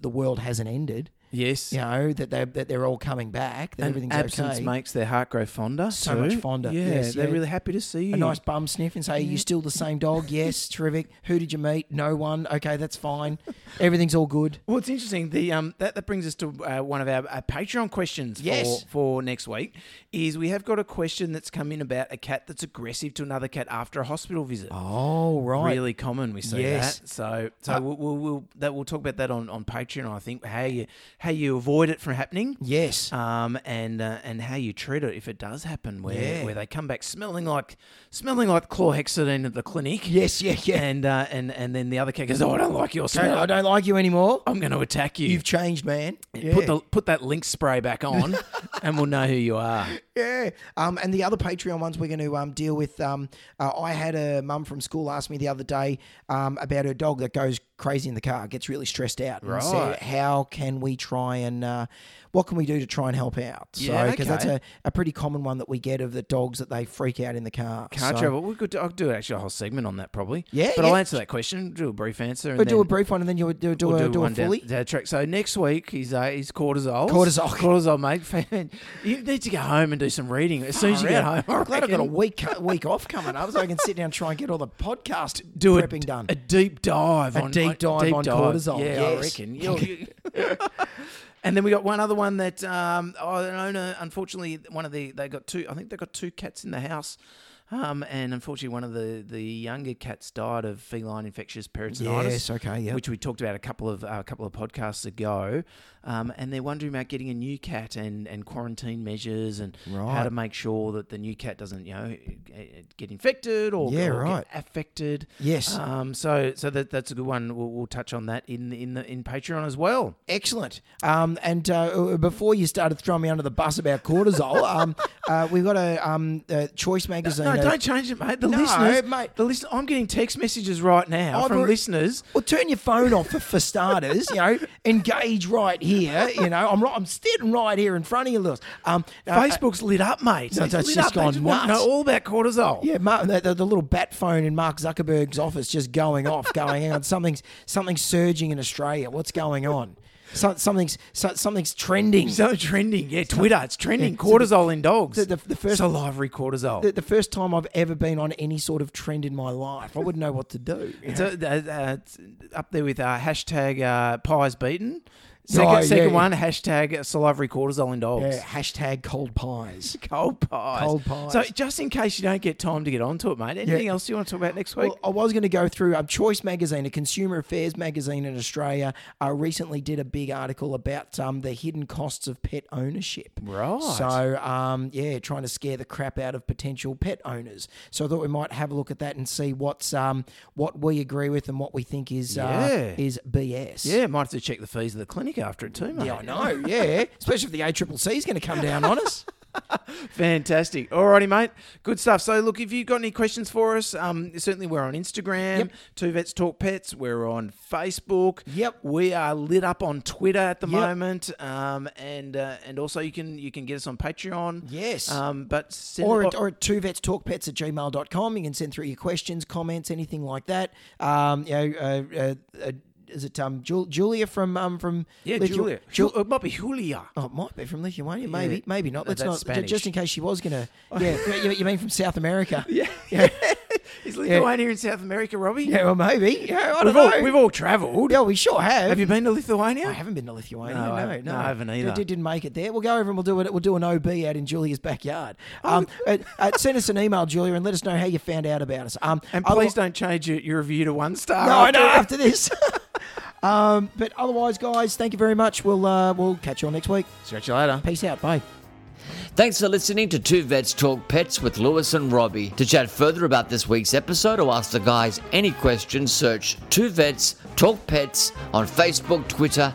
C: the world hasn't ended.
D: yes.
C: You know that they're that they're all coming back. That
D: And
C: everything's
D: absence
C: okay.
D: makes their heart grow fonder.
C: So much
D: too.
C: fonder.
D: Yeah,
C: Yes,
D: they're
C: yeah.
D: really happy to see you.
C: a nice bum sniff and say, "Are you still the same dog?" yes, terrific. Who did you meet? No one. Okay, that's fine. Everything's all good.
D: Well, it's interesting. The um that, that brings us to uh, one of our, our Patreon questions
C: Yes.
D: for for next week. Is we have got a question that's come in about a cat that's aggressive to another cat after a hospital visit.
C: Oh right.
D: Really common, we see
C: Yes. Uh,
D: that. So, so we'll, we'll, we'll that we'll talk about that on, on Patreon. I think how you how you avoid it from happening.
C: Yes.
D: um, and uh, and how you treat it if it does happen, where
C: Yeah.
D: where they come back smelling like smelling like chlorhexidine at the clinic.
C: yes. Yeah. Yeah.
D: And uh, and and then the other cat goes, "Oh, I don't like your
C: Hey,
D: smell.
C: I don't like you anymore.
D: I'm going to attack you.
C: You've changed, man. Yeah.
D: Put the put that link spray back on, and we'll know who you are."
C: Yeah. Um, and the other Patreon ones we're going to um, deal with. Um, uh, I had a mum from school ask me the other day um, about her dog that goes crazy in the car, gets really stressed out. And
D: Right.
C: said, how can we try and uh, what can we do to try and help out?
D: Yeah,
C: because that's
D: okay.
C: a, a pretty common one that we get of the dogs that they freak out in the car.
D: Car
C: So-
D: travel. We could do, I'll do actually a whole segment on that probably.
C: Yeah,
D: but I'll
C: yeah.
D: answer that question. Do a brief uh, answer. And
C: But do a
D: then-
C: brief one and then you would do, do
D: We'll
C: a, do a
D: one down-
C: fully.
D: down the track. So next week he's uh, he's cortisol.
C: Cortisol.
D: Cortisol, mate. Fan. You need to go home and do some reading as soon as you get home. I
C: I'm glad I've got a
D: reckon.
C: week co- week off coming up so I can sit down and try and get all the podcast
D: do
C: prepping
D: a,
C: done.
D: a deep dive
C: A
D: on
C: deep
D: on-
C: dive on cortisol,
D: Yeah, I
C: yes.
D: reckon. You'll- you- and then we got one other one that um, oh, an owner. Unfortunately, one of the they got two. I think they got two cats in the house. Um, and unfortunately, one of the, the younger cats died of feline infectious peritonitis.
C: Yes, okay, yeah.
D: which we talked about a couple of uh, a couple of podcasts ago, um, and they're wondering about getting a new cat and, and quarantine measures and how
C: Right.
D: to make sure that the new cat doesn't you know get infected or,
C: Yeah,
D: or
C: right.
D: get affected.
C: Yes.
D: Um, so so that, that's a good one. We'll, we'll touch on that in in the in Patreon as well.
C: Excellent. Um, and uh, before you started throwing me under the bus about cortisol, um, uh, we've got a, um, a Choice magazine.
D: No,
C: uh,
D: don't change it, mate. The
C: No,
D: listeners,
C: mate.
D: The listen, I'm getting text messages right now
C: I've
D: from
C: already-
D: listeners.
C: Well, turn your phone off for, for starters. You know, engage right here. You know, I'm right, I'm sitting right here in front of you, Lewis. Um, no, uh,
D: Facebook's lit up, mate.
C: No,
D: it's
C: that's
D: lit
C: just
D: up. They
C: gone
D: want to
C: nuts.
D: know all about cortisol.
C: Yeah, Mark, the, the, the little bat phone in Mark Zuckerberg's office just going off, going hang on. Something's something's surging in Australia. What's going on? So, something's so, something's trending.
D: So trending, yeah. Twitter, it's trending. cortisol in dogs.
C: The- the- the first-
D: so livery cortisol.
C: the, the first time I've ever been on any sort of trend in my life. I wouldn't know what to do.
D: It's, uh, uh, it's up there with uh, hashtag uh, pies beaten. Second,
C: yeah,
D: second
C: yeah.
D: one, hashtag salivary cortisol in dogs.
C: Yeah, Uh, hashtag cold pies.
D: Cold pies.
C: Cold pies.
D: So just in case you don't get time to get onto it, mate, anything else you want to talk about next week?
C: Well, I was going to go through um, Choice Magazine, a consumer affairs magazine in Australia, uh, recently did a big article about um, the hidden costs of pet ownership.
D: Right.
C: So, um, yeah, trying to scare the crap out of potential pet owners. So I thought we might have a look at that and see what's um, what we agree with and what we think is
D: Yeah.
C: uh, is BS.
D: yeah, might have to check the fees of the clinic after it too, mate.
C: Yeah, I know. Yeah, especially if the ACCC is going to come down on us.
D: Fantastic. Alrighty, mate. Good stuff. So, look, if you've got any questions for us, um, certainly we're on Instagram,
C: Yep.
D: Two Vets Talk Pets. We're on Facebook.
C: Yep.
D: We are lit up on Twitter at the
C: Yep.
D: moment, um, and uh, and also you can you can get us on Patreon.
C: Yes.
D: Um, but send,
C: Or, at- or at two vets talk pets at gmail.com. You can send through your questions, comments, anything like that. Um, you know, uh, uh, uh, is it um, Jul- Julia from um, from
D: yeah,
C: Lithu-
D: Julia.
C: Jul-
D: Ju- it might be Julia.
C: Oh, it might be from Lithuania. Maybe,
D: Yeah.
C: maybe not.
D: No,
C: Let's not.
D: that's
C: ju- Just
D: Spanish.
C: in case she was gonna. Yeah, you, you mean from South America?
D: Yeah. Is Lithuania in South America, Robbie?
C: Yeah, well, maybe. Yeah, I don't
D: We've
C: know.
D: all, we've all travelled.
C: yeah, we sure have.
D: Have you been to Lithuania?
C: I haven't been to Lithuania.
D: No,
C: No,
D: I-
C: no,
D: no, I haven't
C: Did-
D: either.
C: Did, didn't make it there. We'll go over and we'll do it. We'll do an OB out in Julia's backyard.
D: Oh,
C: Um, uh, uh, send us an email, Julia, and let us know how you found out about us. Um,
D: And
C: otherwi-
D: please don't change your, your review to one star.
C: no,
D: after-
C: no, after this. um, but otherwise, guys, thank you very much. We'll uh, we'll catch you all next week.
D: Stretch you later.
C: Peace out. Bye.
A: Thanks for listening to Two Vets Talk Pets with Lewis and Robbie. To chat further about this week's episode or ask the guys any questions, search Two Vets Talk Pets on Facebook, Twitter,